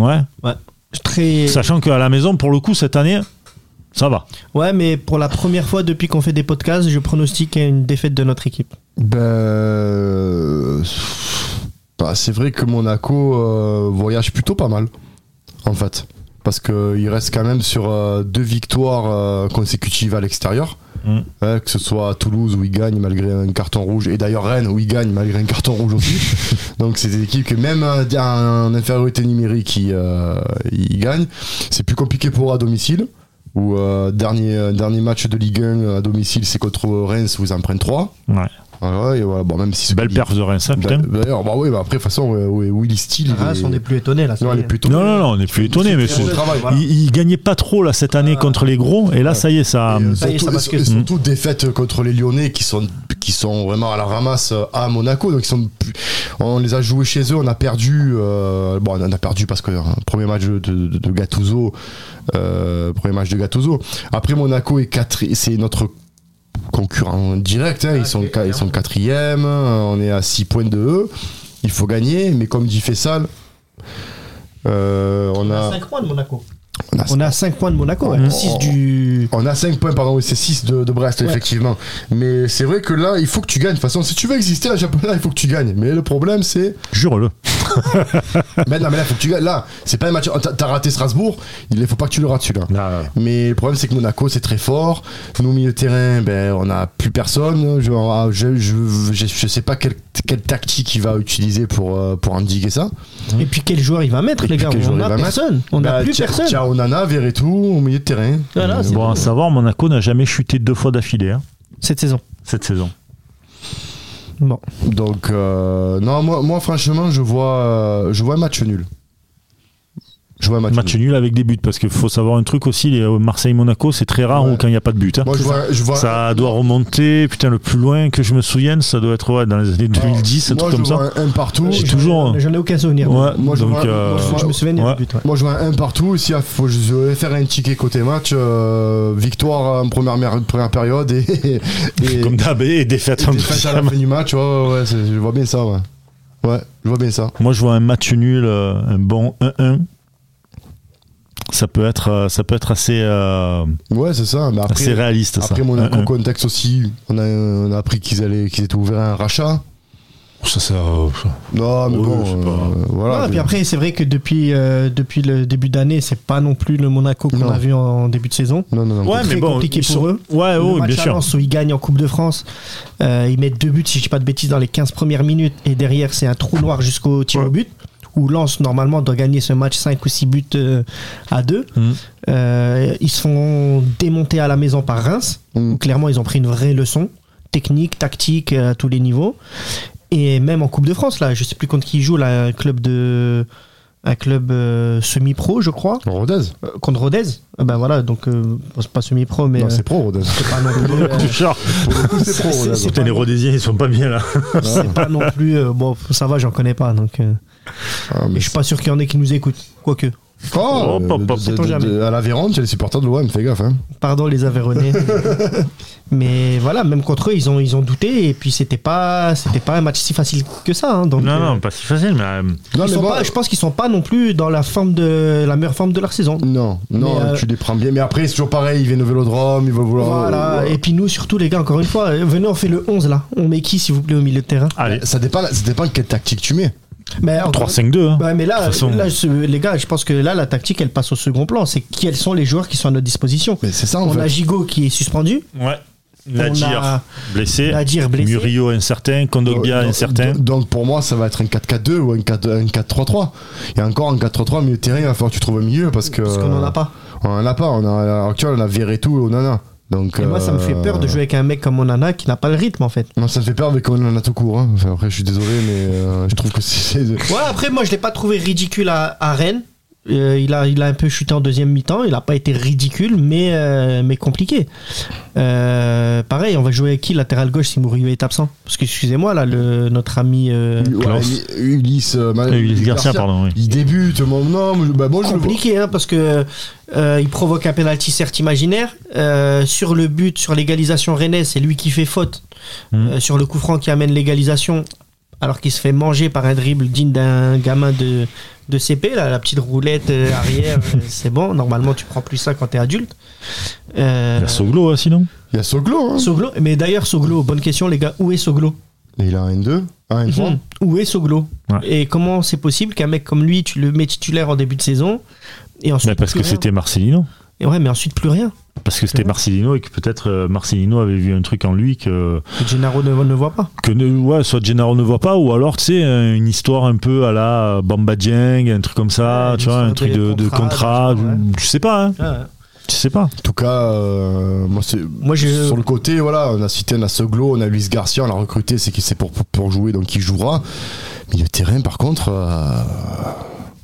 A: Ouais.
C: Très...
A: Sachant qu'à la maison, pour le coup, cette année, ça va.
C: Ouais, mais pour la première fois depuis qu'on fait des podcasts, je pronostique une défaite de notre équipe.
B: Ben, euh, bah, c'est vrai que Monaco euh, voyage plutôt pas mal, en fait. Parce qu'il reste quand même sur euh, deux victoires euh, consécutives à l'extérieur.
A: Mm.
B: Hein, que ce soit à Toulouse où il gagne malgré un carton rouge, et d'ailleurs Rennes où il gagne malgré un carton rouge aussi. Donc c'est des équipes que même euh, en infériorité numérique, ils, euh, ils gagnent. C'est plus compliqué pour eux à domicile. Où euh, dernier, euh, dernier match de Ligue 1 à domicile, c'est contre euh, Reims, vous en prennent 3.
A: Ouais.
B: Ah ouais, et voilà, bon, même si
A: Belle perf de Reims, hein, putain.
B: D'ailleurs, bah oui, bah après, de toute façon, ouais, ouais, Willy Steele. il
C: Reims,
B: est-
C: on n'est plus étonnés Ah, là. ça
B: Non,
C: y
B: elle est
C: est.
B: plutôt.
A: Non, non, non, on n'est plus étonné, mais
B: c'est
A: c'est-
B: le travail.
C: Voilà.
A: il, il gagnait pas trop là cette année
C: Ah.
A: contre les gros, et là, ça y est, ça.
B: Et, euh,
C: Um, Ça y est, ça
B: surtout,
C: bascule.
B: et surtout défaite contre les Lyonnais qui sont, qui sont vraiment à la ramasse euh, à Monaco. Donc ils sont, plus- on les a joués chez eux, on a perdu. euh, bon, on a perdu parce que euh, premier match de, de, de Gattuso, euh, premier match de Gattuso. Après Monaco est quatri- c'est notre concurrent direct. hein. ils sont
C: ok,
B: qua- ils sont quatrième, euh, on est à 6 points de eux. Il faut gagner, mais comme dit Fessal, euh, on
C: On a
B: a
C: 5 points de Monaco.
B: on a
C: On a 5 points de Monaco.
B: Oh.
C: 6 du.
B: on a 5 points, pardon, oui, c'est 6 de, de Brest,
C: Ouais.
B: effectivement. Mais c'est vrai que là, il faut que tu gagnes. De toute façon, si tu veux exister, la [laughs] Japonais, il faut que tu gagnes. Mais le problème, c'est.
C: [laughs]
A: Jure-le.
B: mais non, mais là, il faut que tu gagnes. Là, c'est pas un match. T'as t'as raté Strasbourg, il ne faut pas que tu le rates celui-là. Mais le problème, c'est que Monaco, c'est très fort. Nous, milieu de terrain, ben, on n'a plus personne. Je ne je, je- je- je sais pas quelle, quelle tactique il va utiliser pour, euh, pour endiguer ça.
C: Et puis quel joueur il va mettre,
B: Et
C: les
B: puis
C: gars
B: quel
C: On
B: joueur il
C: n'a
B: va mettre
C: personne. On n'a
B: Bah,
C: plus
B: Thia-
C: personne.
B: Thiago Nana, Veretout, au milieu de terrain.
C: Voilà, c'est
A: Bon, à
C: tout.
A: savoir, Monaco n'a jamais chuté deux fois d'affilée hein,
C: Cette saison.
A: cette saison.
C: Bon.
B: Donc, euh, non, moi, moi, franchement, je vois, euh, je vois un match nul. Je vois un match.
A: match
B: nul.
A: nul avec des buts parce qu'il faut savoir un truc aussi les euh, Marseille-Monaco c'est très rare
B: Ouais.
A: où quand il n'y a pas de but hein.
B: Moi, je vois, je vois-
A: ça doit remonter putain le plus loin que je me souvienne ça doit être ouais, dans les années 2010 un
B: moi,
A: truc
B: je
A: comme ça
B: vois Un, un partout.
A: J'ai
C: J'en-
A: toujours-
C: J'en ai aucun souvenir.
A: ouais
B: Moi, je
A: donc
B: vois-
A: euh,
B: moi,
C: Moi, je me souviens
A: Ouais.
C: du but. ouais.
B: Moi, je vois un partout. Si faut, je vais faire un ticket côté match, euh, victoire en première, mer- première période et, et,
A: [laughs]
B: et
A: comme d'hab et défaite en
B: défaite à la
A: deuxième.
B: fin du match. Ouais, ouais, ouais, c'est- je vois bien ça. Ouais. ouais, je vois bien ça.
A: moi je vois un match nul euh, un bon 1-1 ça peut être euh, ça peut être assez euh,
B: Ouais, c'est ça. Mais
A: assez
B: après,
A: réaliste ça
B: après Monaco
A: 1-1.
B: contexte aussi, on a, on a appris qu'ils allaient, qu'ils étaient ouverts à un rachat.
A: ça ça euh,
B: Non, mais
A: Ouais,
B: bon,
A: je sais pas.
B: euh,
A: Ah,
B: voilà.
C: Ouais, puis après, c'est vrai que depuis, euh, depuis le début d'année, c'est pas non plus le Monaco qu'on
B: Non.
C: a vu en début de saison.
B: Non, non, non.
A: ouais
C: très
A: mais bon
C: compliqué
A: ils
C: pour
A: sont-
C: eux.
A: ouais
C: Le
A: ouais,
C: match
A: Ah bien
C: à
A: sûr
C: Lens où ils gagnent en Coupe de France, euh, ils mettent deux buts, si je dis pas de bêtises, dans les 15 premières minutes, et derrière, c'est un trou noir jusqu'au tir au but, où Lens, normalement, doit gagner ce match 5 ou 6 buts euh, à 2.
A: Mhm.
C: ils se font démonter à la maison par Reims,
B: Mm.
C: où clairement, ils ont pris une vraie leçon, technique, tactique, euh, à tous les niveaux. Et même en Coupe de France, là, je sais plus contre qui ils jouent, là, un club de. Un club euh, semi-pro, je crois,
B: Rodez
C: euh, contre Rodez. Euh, Ben voilà, donc euh, c'est pas semi-pro, mais
B: Non,
C: euh,
B: c'est pro Rodez.
C: c'est pas non plus. euh,
A: [laughs] Genre,
B: [laughs] Pour le coup, c'est pro
C: C'est-
B: Rodez.
C: c'est-
A: putain, les Rhodésiens ils sont pas bien là
C: c'est pas non plus. euh, bon, ça va, j'en connais pas. Donc, euh,
B: Ah, mais
C: et je suis pas sûr qu'il y en ait qui nous écoutent. Quoique.
B: Oh,
A: Oh, pop, pop,
B: de- de-
C: sait-on
B: de-
C: jamais.
B: de- à la Vérande, il y a les supporters de l'OM, fais gaffe. Hein.
C: Pardon
B: [laughs]
C: les Aveyronnais. mais voilà, même contre eux, ils ont, ils ont douté. Et puis, c'était pas, c'était pas un match si facile que ça. hein, donc,
A: non
C: euh,
A: non pas si facile mais euh,
B: Non,
C: ils
B: mais
C: sont
B: bon,
C: pas- je pense qu'ils sont pas non plus dans la forme de la meilleure forme de leur saison.
B: non, non
C: Mais, euh,
B: tu les prends bien. Mais après, c'est toujours pareil, ils viennent au vélodrome, ils veulent vouloir.
C: Voilà.
B: euh,
C: Et puis nous, surtout les gars, encore une fois, euh, venez, on fait le 11 là. On met qui, s'il vous plaît, au milieu de terrain
A: allez
B: Ça dépend, ça dépend quelle tactique tu mets.
C: Mais
B: Ah,
C: encore-
A: 3-5-2 hein.
C: Ouais, mais
A: De
C: là,
A: toute façon-
C: là, ce- les gars, je pense que là, la tactique, elle passe au second plan. C'est quels sont les joueurs qui sont à notre disposition.
B: Mais c'est ça en
C: On a
B: fait.
C: Gigot qui est suspendu.
A: Ouais.
C: Bah, On a
A: Nadir blessé.
C: Nadir blessé. Oh, euh,
A: Murillo incertain. Kondogbia
B: Donc-
A: incertain.
B: donc- Donc pour moi, ça va être un 4-4-2 ou un 4 un 4-3-3. Et encore un 4-3-3, milieu de terrain, il va falloir que tu trouves un milieu parce que.
C: Parce qu'on en a pas.
B: On en a pas. On a, à l'heure actuelle, on a Verretou et Onana. Donc,
C: Et moi, ça me fait
B: euh,
C: peur de jouer avec un mec comme Onana qui n'a pas le rythme en fait.
B: Non, ça me fait peur, mais qu'on en a tout court. hein. Enfin, après, je suis désolé, mais euh, je trouve que c'est.
C: [laughs] Ouais, après, moi, je l'ai pas trouvé ridicule à, à Rennes. Euh, il, a, il a un peu chuté en deuxième mi-temps. Il n'a pas été ridicule, mais, euh, mais compliqué. Euh, pareil, on va jouer avec qui latéral gauche si Murillo est absent Parce que, excusez-moi, là, le, notre ami. euh,
B: Ouais,
A: Klaus.
B: Uli- Ulysse, euh, Ma-
A: Euh, Ulysse Garcia, pardon, oui.
B: Il débute, mon nom. mais-
A: Ah
B: Bah, moi, je le vois.
C: compliqué hein, parce que euh, il provoque un penalty certes imaginaire Euh, sur le but sur l'égalisation Rennais c'est lui qui fait faute
A: Mm.
C: Euh, sur le coup franc qui amène l'égalisation alors qu'il se fait manger par un dribble digne d'un gamin de de CP là la petite roulette euh, arrière
A: [laughs]
C: euh, c'est bon normalement tu prends plus ça quand t'es adulte Euh,
A: Vers Soglo, hein, sinon.
B: Il y a Soglo, hein.
C: Soglo mais d'ailleurs Soglo bonne question les gars où est Soglo
B: Mais il a un N2, un N3.
C: Mhm. Où est Soglo
A: Ouais.
C: et comment c'est possible qu'un mec comme lui tu le mets titulaire en début de saison et ensuite
A: Mais parce
C: plus
A: que
C: rien.
A: c'était Marcelino.
C: Et ouais mais ensuite plus rien
A: Parce que c'était Marcelino et que peut-être euh, Marcelino avait vu un truc en lui que,
C: que Gennaro ne, ne voit pas.
A: que ne- ouais, soit Gennaro ne voit pas ou alors, tu sais, un- une histoire un peu à la Bamba Dieng, un truc comme ça,
C: Ouais,
A: tu vois,
C: l'histoire
A: un truc
C: des
A: de, de contrat.
C: contrats, des choses,
A: Tu sais pas, hein, tu sais pas.
B: En tout cas, euh, moi, c'est.
C: Moi, je-
B: Sur le côté, voilà, on a cité, on a Soglo, on a Luis Garcia, on l'a recruté, c'est qu'il c'est pour, pour, pour jouer, donc il jouera. Mais le terrain, par contre, euh,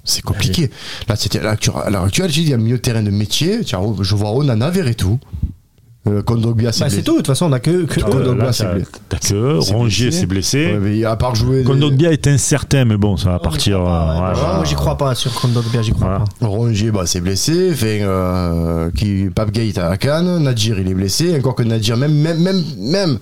B: c'est compliqué. Là, c'était à l'actu- à l'heure actuelle, j'ai dit, il y a un milieu de terrain de métier. Tiens, je vois Onana, Verretou. Euh, Kondogbia, c'est
C: Bah, c'est
B: blessé.
C: tout, de toute façon, on a que. que-
A: T'as
B: Kondogbia,
A: euh, là,
B: c'est
A: t'as-
B: blessé.
A: t'as que
B: C'est
A: Rongier
B: blessé.
A: s'est blessé.
B: Ouais, mais à part jouer. des-
A: Kondogbia est incertain, mais bon, ça va partir. euh,
C: Ah, ouais,
A: ouais,
C: moi,
A: voilà.
C: Moi, j'y crois pas sur Kondogbia, j'y crois
A: Voilà.
C: pas.
B: Rongier, bah, c'est blessé. Enfin, euh, qui, Pape Gate à Cannes. Nadir, il est blessé. Encore que Nadir, même, même, même, même.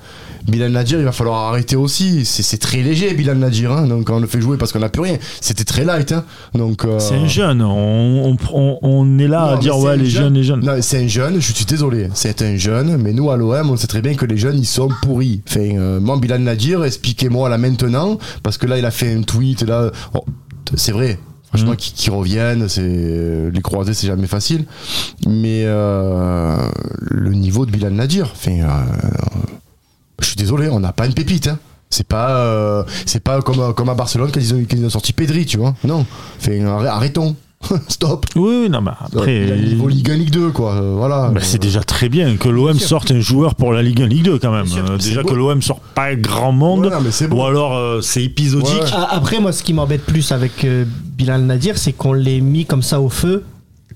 B: Bilal Nadir, il va falloir arrêter aussi. C'est c'est très léger, Bilal Nadir. hein. Donc, on le fait jouer parce qu'on n'a plus rien. C'était très light. hein. Donc, euh,
A: C'est un jeune, on, on- on- on est là
B: non,
A: à
B: mais
A: dire
B: c'est
A: ouais
B: un
A: les
B: jeune.
A: jeunes, les jeunes.
B: Non, c'est un jeune, je suis désolé. C'est un jeune, mais nous à l'OM, on sait très bien que les jeunes, ils sont pourris. Enfin, euh, moi, Bilal Nadir, expliquez-moi là maintenant, parce que là, il a fait un tweet, là. oh, c'est vrai. Franchement,
A: Mhm.
B: qu'ils qu'ils reviennent, c'est euh, les croiser, c'est jamais facile. Mais euh, le niveau de Bilal Nadir, enfin, euh, je suis désolé, on n'a pas une pépite. hein. C'est pas, euh, c'est pas comme, à- comme à Barcelone qu'ils ont, qu'ils ont sorti Pedri, tu vois. Non, Enfin, arrê- arrêtons. [laughs] Stop.
A: Oui, oui, non, mais après.
B: il a le niveau Ligue 1, Ligue 2, quoi. euh, voilà.
A: Bah, c'est déjà très bien que l'OM
B: Bien sûr.
A: sorte un joueur pour la Ligue 1, Ligue 2 quand même.
C: Bien sûr.
A: Euh, déjà
B: C'est
A: que
B: beau.
A: l'OM sort pas grand monde,
B: Voilà, mais c'est
A: ou
B: bon.
A: alors euh, c'est épisodique.
B: Ouais.
C: Ah, Après, moi, ce qui m'embête plus avec euh, Bilal Nadir, c'est qu'on l'ait mis comme ça au feu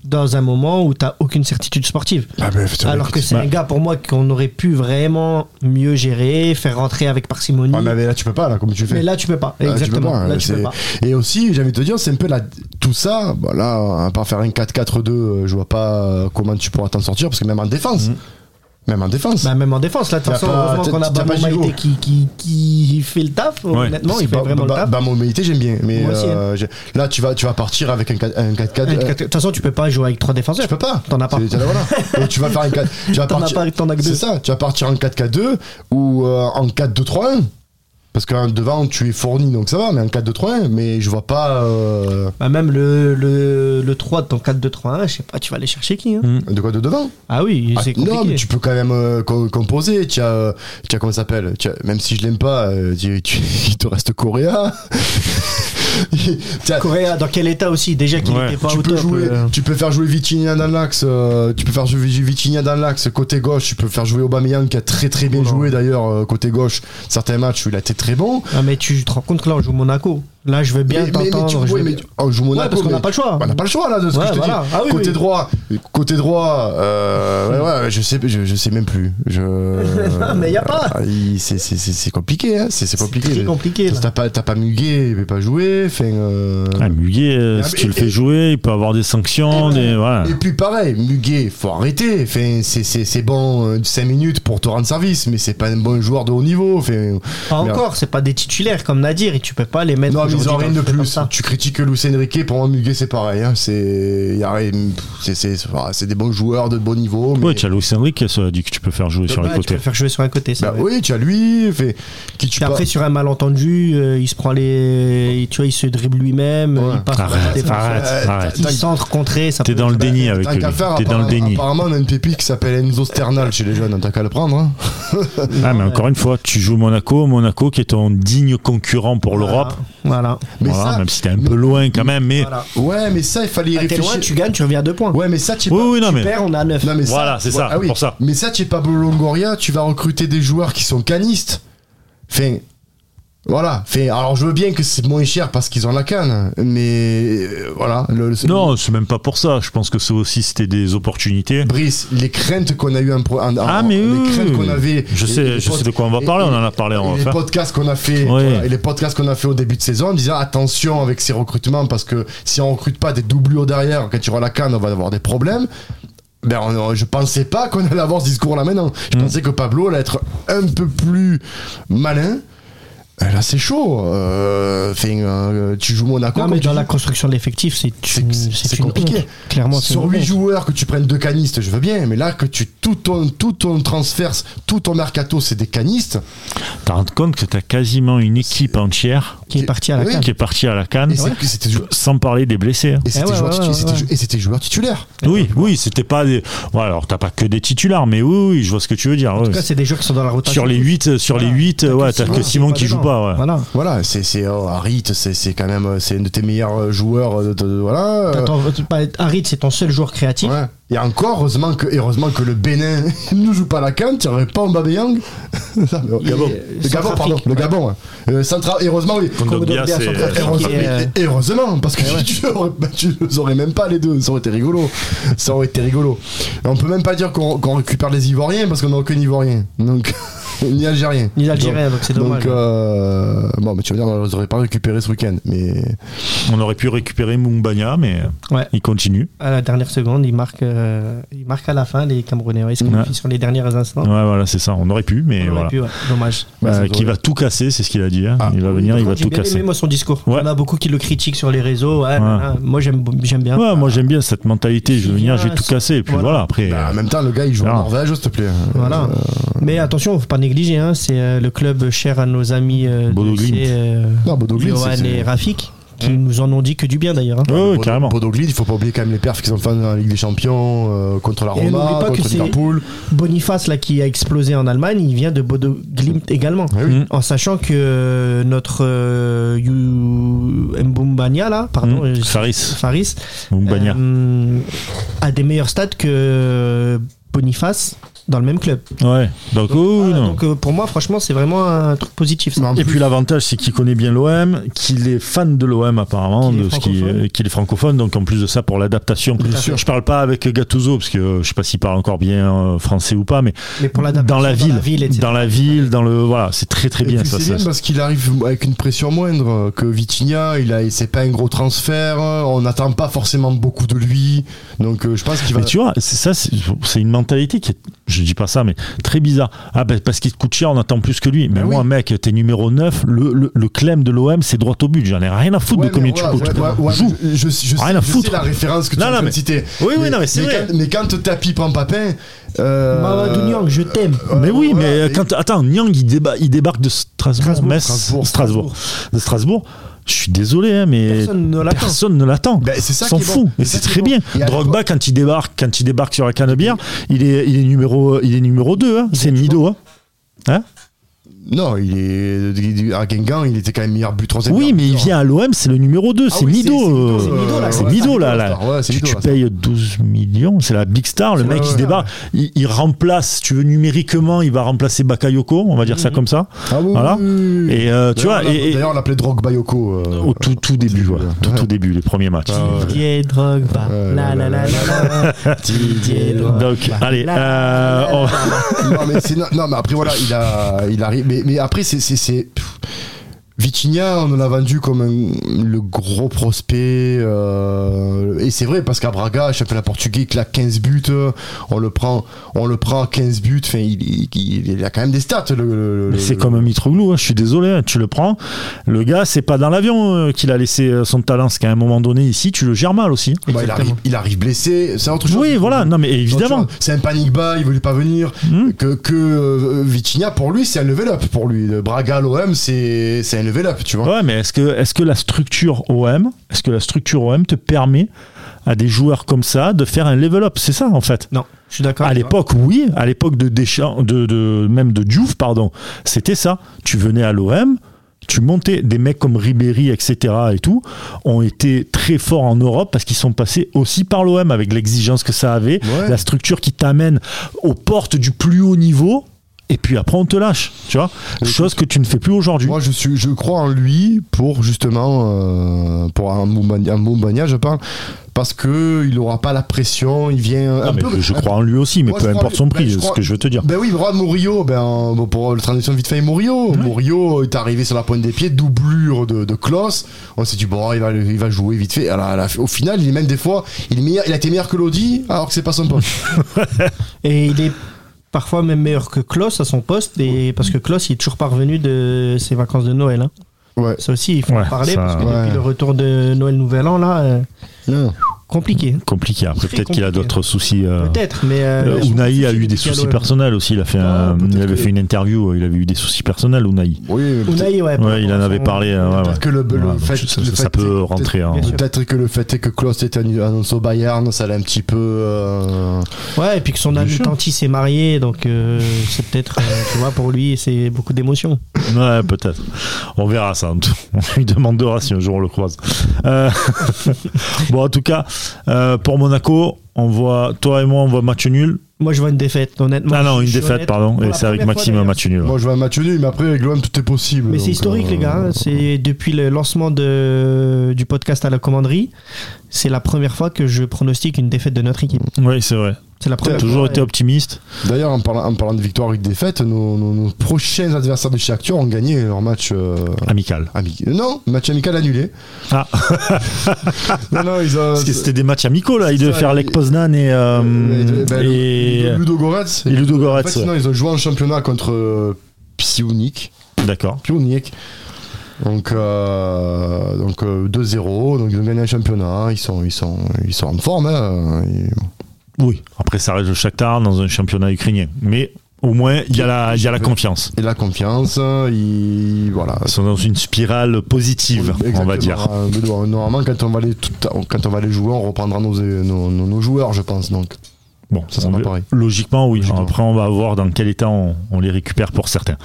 C: dans un moment où t'as aucune certitude sportive.
B: Ah, mais putain,
C: Alors que c'est
A: bah-
C: un gars, pour moi, qu'on aurait pu vraiment mieux gérer, faire rentrer avec parcimonie.
B: Ah, mais là, tu peux pas, là, comme tu fais.
C: mais là, Ah, tu peux pas.
B: Là, tu peux
C: Exactement.
B: pas,
C: là, tu peux
B: c'est-
C: pas.
B: Et aussi, j'ai envie de te dire, c'est un peu la... tout ça. Bah là, à part faire un 4-4-2, euh, je vois pas euh, comment tu pourras t'en sortir, parce que même en défense.
A: Mhm.
B: Même en défense.
C: Bah, même en défense, là, de toute
B: T'as
C: façon,
B: pas-
C: heureusement
B: t'as-
C: qu'on a
B: t'as
C: Bamon
B: pas Giroud.
C: Maïté qui, qui, qui fait le taf. Honnêtement, il fait vraiment le taf.
B: Bamoméité, j'aime bien. Mais
C: Moi aussi, hein.
B: euh, j'ai- là, tu vas, tu vas partir avec un 4- un 4-4.
C: De
B: euh,
C: toute façon, tu peux pas jouer avec trois défenseurs.
B: Tu peux pas.
C: T'en as pas.
B: C'est- t'en as-
C: [laughs]
B: voilà. Donc, tu vas faire un 4. Tu vas
C: T'en as
B: partir-
C: pas, t'en as que deux.
B: C'est ça. Tu vas partir en 4-4-2 ou euh, en 4-2-3-1. Parce qu'en devant, tu es fourni, donc ça va, mais en 4-2-3-1. Mais je vois pas. euh,
C: Bah, même le, le, le 3 de ton 4-2-3-1, je sais pas, tu vas aller chercher qui hein
A: Mm.
B: de quoi de devant
C: Ah oui,
B: Hmm. Ah,
C: c'est compliqué.
B: Non, mais tu peux quand même euh, co- composer. Tu as, euh, tu as comment ça s'appelle Tu as- Même si je l'aime pas, euh, tu- tu- il te reste
C: [laughs]
B: Coréa. Tu as-
C: Correa, ah, dans quel état aussi Déjà qu'il
A: Ouais.
C: était pas
B: tu
C: au
B: peux
C: top.
B: jouer,
C: euh.
B: tu peux faire jouer Vitinha dans l'axe, euh, tu peux faire jouer Vitinha dans l'axe côté gauche, tu peux faire jouer Aubameyang qui a très très bien
C: Oula.
B: joué d'ailleurs euh, côté gauche. Certains matchs où il a été très bon.
C: Ah, mais tu te rends compte que là, on joue Monaco. Là, je veux
B: Mais-
C: bien
B: mais- mais tu-
C: t'entendre. je
B: ouais,
C: veux
B: mais
C: bien-
B: tu- oh, on joue Monaco,
C: Ouais, parce qu'on
B: mais-
C: n'a pas le choix.
B: on n'a pas le choix là de ce
C: Ouais,
B: que je te
C: voilà.
B: dis.
C: Ah oui,
B: côté
C: oui.
B: droit, côté droit, euh, ouais, ouais, je sais, je, je sais même plus. Je...
C: [laughs] Mais y a pas.
B: Ah, il- c'est- C'est c'est- c'est compliqué, hein. c'est c'est compliqué.
C: très compliqué, là.
B: T'as pas, t'as pas Muguet, il peut pas jouer. Enfin, euh,
A: Ah, Muguet, euh,
B: Ah,
A: si
B: mais-
A: tu le fais jouer, il peut avoir des sanctions.
B: Et ben-
A: des, voilà.
B: Et puis pareil, Muguet, faut arrêter. Enfin, c'est- c'est c'est bon 5 minutes pour te rendre service, mais c'est pas un bon joueur de haut niveau. Enfin,
C: Pas
B: Merde.
C: encore, c'est pas des titulaires comme Nadir et tu peux pas les mettre.
B: non, mais ils
C: aujourd'hui
B: ont rien
C: dans
B: de
C: le truc comme
B: plus.
C: ça.
B: Tu critiques Luis Enrique, pour moi Muguet c'est pareil. Hein. C'est y a rien- c'est- c'est- c'est voilà, c'est des bons joueurs de bon niveau. Mais...
A: Ouais, tu as Luis Enrique qui a dit que tu peux faire jouer sur les
C: Ouais, Tu peux
A: côtés.
C: le faire jouer sur un côté, c'est
B: Bah
C: vrai.
B: oui, tu as lui, fait, qui tu
C: Puis
B: pas-
C: après, sur un malentendu, euh, il se prend les. Tu vois, il se dribble lui-même,
B: Ouais.
C: il part sur la
A: Arrête,
C: défense.
A: arrête,
B: Euh,
A: arrête.
C: Il centre contré, ça
A: T'es
C: peut-
A: dans le déni avec
B: Tant
A: lui.
B: qu'à faire,
A: T'es dans le
B: apparemment-
A: déni.
B: Apparemment, on a une pépite qui s'appelle Enzo Sternal chez les jeunes. T'as qu'à le prendre. Hein.
A: Ah, mais encore une fois, tu joues Monaco, Monaco qui est ton digne concurrent pour
C: Voilà.
A: l'Europe.
C: Voilà.
B: Mais
A: Voilà,
B: ça-
A: même si t'es un peu loin quand même, mais.
C: Voilà.
B: Ouais, mais ça, il fallait y
C: Ah, T'es
B: réfléchir.
C: loin, tu gagnes, tu reviens à deux points.
B: Ouais, mais ça, tu
A: Oui, oui, non,
C: tu
A: mais.
C: perds, on a 9.
B: Non, mais ça-
A: Voilà, c'est ça,
B: Ah oui.
A: pour ça.
B: Mais ça, tu es Pablo Longoria, tu vas recruter des joueurs qui sont canistes. Enfin, voilà. Enfin, alors, je veux bien que c'est moins cher parce qu'ils ont la canne, mais euh, voilà. le- le-
A: Non, c'est même pas pour ça. Je pense que c'est aussi c'était des opportunités.
B: Brice, les craintes qu'on a eu en, pro- en-
A: Ah,
B: en-
A: mais
B: les
A: oui,
B: craintes
A: oui,
B: qu'on
A: oui.
B: avait.
A: Je
B: et-
A: sais-
B: et les
A: je sais
B: pod-
A: de quoi on va
B: et-
A: parler, on en a
B: et-
A: parlé, on
B: et
A: va
B: les
A: faire.
B: podcasts qu'on a fait,
A: Oui.
B: voilà, et les podcasts qu'on a fait au début de saison, en disant attention avec ces recrutements parce que si on recrute pas des doublures derrière, quand tu auras la canne, on va avoir des problèmes. Ben, on- on- je pensais pas qu'on allait avoir ce discours là maintenant. Je pensais que Pablo allait être un peu plus malin. Euh, Là, c'est chaud. Euh, enfin, euh, tu joues Monaco.
C: Non,
B: comme
C: Ah, mais
B: tu
C: dans
B: dis.
C: la construction de l'effectif, c'est une-
B: C'est- c'est
C: c'est une
B: compliqué.
C: honte. Clairement, c'est
B: Sur
C: une
B: 8
C: honte.
B: joueurs que tu prennes deux canistes, je veux bien, mais là que tu tout ton tout ton transfert, tout ton mercato, c'est des
C: Mm.
B: canistes.
A: T'as rendu compte que t'as quasiment une équipe entière
C: qui est parti à la
B: Oui.
C: canne.
A: qui est partie à la canne,
B: Et c'est- que c'était jou-
A: sans parler des blessés. hein.
B: et c'était
C: Eh ouais,
B: joueurs
C: ouais,
B: titu-
C: ouais,
B: c'était
C: ouais.
B: jou- et c'était joueurs titulaires.
A: Oui, oui, c'était pas des. Ouais, alors t'as pas que des titulaires, mais oui, oui, je vois ce que tu veux dire.
C: En
A: ouais.
C: tout cas, c'est des joueurs qui sont dans la rotation.
A: Sur les 8, sur les
C: Voilà.
A: 8, ouais, t'as que
C: Simon
A: Simon
C: qui
A: qui
C: est pas
A: joue pas, ouais.
C: Voilà.
B: Voilà, c'est c'est oh, Harit, c'est c'est quand même euh, c'est un de tes meilleurs euh, joueurs. euh, de- de- voilà. euh,
C: T'attends- tu- pas- Harit, c'est ton seul joueur créatif.
B: ouais. Et encore, heureusement que, et heureusement que le Bénin [laughs] ne joue pas la canne, tu n'aurais pas en [laughs] Babeyang. le Gabon, le Gabon,
C: euh, Centrafrique.
B: pardon, le Gabon. ouais. Euh, Centra- et heureusement, oui.
A: Kondogbia,
C: Kondogbia,
A: c'est-
C: Central-
B: Et heureusement,
C: Qui est, euh,
B: et heureusement, parce que [laughs] tu, aurais, bah, tu les aurais même pas les deux, ça aurait été rigolo. Ça aurait été rigolo. Et on peut même pas dire qu'on qu'on récupère les Ivoiriens parce qu'on n'a aucun Ivoirien, donc [laughs] ni Algérien.
C: Ni l'Algérien, donc c'est dommage. hein.
B: Donc, euh, bon, mais tu vas dire, on les aurait pas récupérés ce week-end, mais
A: On aurait pu récupérer Moumbagna, mais
B: euh,
C: Ouais.
A: il continue.
C: À la dernière seconde, il marque, euh, il marque à la fin les Camerounais. Ouais, ils se qualifient
A: Ouais.
C: sur les derniers
B: Ah.
C: instants.
A: Ouais, voilà, c'est ça. On aurait pu, mais
C: On aurait
A: voilà.
C: pu, ouais. Dommage.
B: Ouais, Bah, ça
A: Euh, qui
B: doit-
A: va tout casser, c'est ce qu'il a dit. hein.
B: Ah,
A: il va
B: oui,
A: venir,
C: Par
A: il va
C: contre, j'ai
A: tout
C: bien
A: casser.
C: aimé, moi, son discours.
A: Ouais.
C: On a beaucoup qui le critiquent sur les réseaux. ouais, nanana. Moi, j'aime j'aime bien.
A: Ouais, moi j'aime bien cette mentalité. Je vais venir, j'ai
C: Voilà,
A: tout cassé. Et puis
C: voilà.
A: voilà, après. euh,
B: Bah, en même temps, le gars il joue en
A: Non.
B: Norvège, s'il te plaît.
C: Voilà.
B: Euh,
C: Mais attention, faut pas négliger. hein, c'est euh, le club cher à nos amis. Euh,
A: Bodo
C: de-
A: Glimt.
C: c'est, euh,
B: non, Bodo Glimt,
C: Johan
B: c'est-
C: et Rafik qui nous en ont dit que du bien d'ailleurs. hein.
A: Ouais, ouais,
B: Pod-
A: carrément.
B: Podoglid, il faut pas oublier quand même les perfs qu'ils ont fait dans la Ligue des Champions, euh, contre la
C: Et n'oublie
B: Roma,
C: pas que
B: contre
C: c'est-
B: Liverpool.
C: Boniface là qui a explosé en Allemagne, il vient de Bodo Glimt également.
B: Ouais, oui.
A: Mm.
C: En sachant que euh, notre euh, Yu- Mbumbania là, pardon,
A: Mm.
C: euh,
A: Faris,
C: Faris,
A: Mumbania.
C: euh, a des meilleurs stats que euh, Boniface dans le même club.
A: ouais. Donc, oh,
C: Voilà,
A: non.
C: donc, euh, pour moi franchement c'est vraiment un truc positif. ça.
B: Non,
A: Et puis l'avantage, c'est qu'il connaît bien l'OM, qu'il est fan de l'OM apparemment,
C: Qu'il est
A: de ce qui
C: francophone.
A: euh, qu'il est francophone. Donc en plus de ça, pour l'adaptation,
C: Bien
A: je parle pas avec Gattuso parce que euh, je sais pas s'il parle encore bien euh, français ou pas, mais
C: Mais pour
A: dans
C: l'adaptation
A: la ville,
C: etc.
A: dans la ville, dans le voilà, c'est très très
B: Et
A: bien
B: puis
A: ça.
B: c'est
A: ça-
B: bien bah, parce qu'il arrive avec une pression moindre euh, que Vitinha. Il a, c'est pas un gros transfert. euh, On n'attend pas forcément beaucoup de lui. Donc euh, je pense qu'il va.
A: Mais tu vois, c'est ça, c'est c'est une mentalité qui est, je dis pas ça, mais très bizarre. Ah ben parce qu'il te coûte cher, on attend plus que lui. Mais
B: Ben
A: moi,
B: oui.
A: mec, t'es numéro 9, le, le, le claim de l'OM, c'est droit au but. J'en ai rien à foutre
B: Ouais,
A: de combien
B: mais
A: tu
B: ouais,
A: coûtes.
B: ouais, ouais, ouais,
A: Joue.
B: je, je- je sais,
A: Rien à
B: je sais
A: foutre.
B: la référence que tu
A: Non,
B: as
A: non, mais-
B: citer.
A: Oui, oui, non, mais c'est vrai.
B: Quand, mais quand Tapi prend Papin. Euh,
C: Mamadou Niang, je t'aime.
A: Mais
B: euh,
A: oui,
B: voilà,
A: mais
B: et-
A: quand attends, Niang il, déba- il débarque de Strasbourg,
C: Strasbourg,
A: Metz, Strasbourg,
B: Strasbourg,
A: de Strasbourg. Je suis désolé, hein, mais
C: Personne ne l'attend.
A: personne ne l'attend.
B: Ben, c'est ça
A: S'en
B: qui est bon.
A: fout, et c'est
B: C'est ça qui
A: très
B: est bon.
A: bien.
B: Et à
A: Drogba quand il débarque, quand il débarque sur la canebière, il est, il est numéro, euh, il est numéro 2 C'est Mido, hein. Hein
B: Non, il est il- à Guingamp, il était quand même meilleur but troisième.
A: oui,
B: meilleur
A: mais il
B: buteur.
A: vient à l'OM, c'est le numéro 2
B: Ah
A: c'est
B: oui,
A: Mido.
B: c'est
A: euh,
C: Mido, là,
A: C'est
C: ouais,
A: Mido là,
B: la
A: là.
B: star, ouais, c'est
A: Tu,
B: Mido,
A: tu
B: la star.
A: payes 12 millions, c'est la big star. Le
B: C'est
A: mec,
B: la
A: il
B: star.
A: débarque, il, il remplace. Tu veux numériquement, il va remplacer Bakayoko, on va dire ça comme ça.
B: Ah oui,
A: Voilà.
B: oui, oui, oui.
A: Et euh, tu
B: D'ailleurs,
A: vois,
B: on l'a-
A: et- et-
B: D'ailleurs, on l'appelait Drogba Yoko. euh,
A: Au tout, tout début, ouais. tout, tout début, les premiers matchs.
B: Ah
C: Didier Drogba.
B: Ouais,
C: La la la
B: [laughs]
C: la la. Didier Drogba.
A: Donc, allez,
C: la-
A: euh, on va-
B: non, mais c'est- non, mais après, voilà, il, a, il arrive. Mais, mais après, c'est. c'est- c'est- pff. Vitinha, on en a vendu comme un- le gros prospect. euh, et c'est vrai, parce qu'à Braga, championnat portugais, il claque 15 buts. euh, On le prend, on le prend à 15 buts. Enfin, il, il- il a quand même des stats. le- Le,
A: Mais
B: le-
A: c'est comme un Mitroglou, hein, je suis désolé, hein, tu le prends. Le gars, c'est pas dans l'avion euh, qu'il a laissé euh, son talent, c'est qu'à un moment donné, ici, tu le gères mal aussi. hein.
B: Bah, il, arrive, il arrive blessé. C'est autre chose.
A: Oui, voilà, non mais évidemment.
B: Donc, tu vois, C'est un panic buy, il voulait pas venir.
A: Hmm.
B: Que, que euh, Vitinha, pour lui, c'est un level up. Pour lui, Le Braga, l'OM, c'est c'est un level up, tu vois.
A: Ouais, mais est-ce que, est-ce que la structure OM, est-ce que la structure OM te permet à des joueurs comme ça de faire un level up C'est ça en fait.
C: Non, je suis d'accord.
A: À
B: hein.
C: avec toi.
A: l'époque, oui. À l'époque de Deschamps, de, de- même de Diouf, pardon, c'était ça. Tu venais à l'OM, tu montais. Des mecs comme Ribéry, etc. et tout, ont été très forts en Europe parce qu'ils sont passés aussi par l'OM avec l'exigence que ça avait,
B: Ouais.
A: la structure qui t'amène aux portes du plus haut niveau. Et puis après, on te lâche, tu vois. Chose que tu ne fais plus aujourd'hui.
B: Moi, je, suis, je crois en lui pour justement, euh, pour un Moumbania, je parle, parce que il n'aura pas la pression, il vient.
A: Non,
B: un
A: mais
B: peu-
A: je
B: un
A: crois en lui aussi, mais
B: Moi,
A: peu
B: je crois-
A: importe son
B: ben,
A: prix,
B: je
A: c'est ce
B: crois-
A: que je veux te dire.
B: Ben oui, Rod Murillo, ben, euh, bon, pour le transition vite fait, Murillo, Murillo est arrivé sur la pointe des pieds, doublure de, de Klaus. On s'est dit, bon, il va, il va jouer vite fait. Alors, à la- au final, il est même des fois, il, est meilleur, il a été meilleur que Lodi, alors que c'est pas son poste.
C: Et il est parfois même meilleur que Klaus à son poste, et parce que Klaus il est toujours parvenu de ses vacances de Noël. hein.
B: Ouais.
C: Ça aussi, il faut
A: Ouais,
C: en parler,
A: ça-
C: parce que
B: ouais.
C: depuis le retour de Noël Nouvel An, là, euh, compliqué.
A: Compliqué. Après,
C: Très
A: peut-être qu'il a
C: compliqué.
A: d'autres soucis. euh,
C: Peut-être, mais. euh,
A: Euh, Unai a eu des
C: compliqué à
A: soucis
C: l'OM.
A: personnels aussi. Il, a fait
B: Ah,
A: un- il
B: peut-être
A: avait
B: que-
A: fait une interview. Il avait eu des soucis personnels, Unai.
B: Oui, mais peut-être-
C: Unai, ouais.
A: Ouais, il en avait parlé. euh, ouais, ouais.
B: Peut-être que le, le
A: Ouais, donc,
B: fait,
A: ça,
B: le
A: ça
B: fait-
A: peut rentrer. hein.
C: Bien sûr.
B: Peut-être que le fait est que Klaus était annoncé au Bayern, ça l'a un petit peu. euh,
C: Ouais, et puis que son
A: Bien
C: ami
A: sûr.
C: Tanti s'est marié, donc euh, c'est peut-être, euh, tu vois, pour lui, c'est beaucoup d'émotions.
A: [laughs] Ouais, peut-être. On verra ça. en tout- On lui demandera si un jour on le croise. Euh, [laughs] bon, en tout cas, euh, pour Monaco, on voit toi et moi, on voit match nul.
C: Moi, je vois une défaite, honnêtement.
A: ah non,
C: Je
A: une
C: suis
A: défaite,
C: honnête.
A: pardon.
C: Pour
A: Et
C: la
A: c'est avec
C: première fois,
A: Maxime un
C: d'ailleurs.
A: match nul. ouais.
B: Moi, je vois un match nul, mais après, avec l'OM, tout est possible.
C: Mais c'est
B: donc,
C: historique,
B: euh,
C: les gars. hein. C'est depuis le lancement de, du podcast à la commanderie, c'est la première fois que je pronostique une défaite de notre équipe.
A: Oui, c'est vrai.
C: C'est la
A: T'as
C: première.
A: toujours
C: fois,
A: été
C: ouais.
A: optimiste.
B: euh, D'ailleurs, en parlant, en parlant de victoire et de défaite, nos, nos- nos prochains adversaires de chez Actur ont gagné leur match. euh,
A: Amical.
B: ami- euh, Non, match amical annulé.
A: Ah.
B: [laughs] non, non, ils ont.
A: Parce que c'était des matchs amicaux, là. Ils
B: c'est
A: devaient
B: ça,
A: faire
B: et-
A: Lech Poznan et. euh,
B: Euh, ben,
A: et.
B: Ludo Goretz.
A: et Ludo
B: En
A: Goretz,
B: fait,
A: ouais.
B: non, ils ont joué en championnat contre euh, Psionik.
A: D'accord.
B: Pionic. Donc, euh, donc euh, 2-0, donc ils ont gagné un championnat, ils sont, ils sont, ils sont en forme. hein, euh, ils-
A: Oui. Après, ça reste le Shakhtar dans un championnat ukrainien. Mais Au moins, il y a la, il y a la confiance.
B: Et la confiance, il, voilà.
A: Ils sont dans une spirale positive, on va
B: Exactement.
A: dire.
B: Euh, mais bon, Normalement, quand on va les, tout- quand on va les jouer, on reprendra nos, nos, nos- nos joueurs, je pense. Donc,
A: Bon,
B: Ça, ça
A: on
B: va
A: ver-
B: pareil.
A: Logiquement, oui.
B: Logiquement.
A: Après, on va voir dans quel état on, on les récupère pour certains.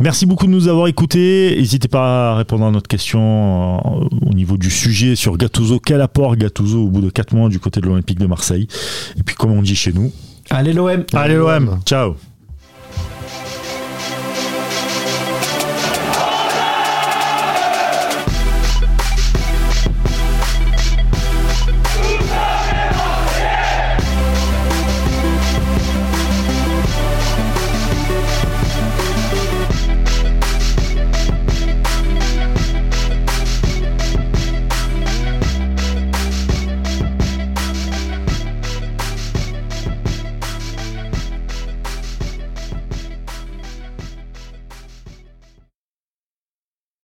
A: Merci beaucoup de nous avoir écoutés. N'hésitez pas à répondre à notre question euh, au niveau du sujet sur Gattuso. Quel apport Gattuso au bout de 4 mois du côté de l'Olympique de Marseille Et puis, comme on dit chez nous,
C: Allez l'OM
A: allez l'OM, ciao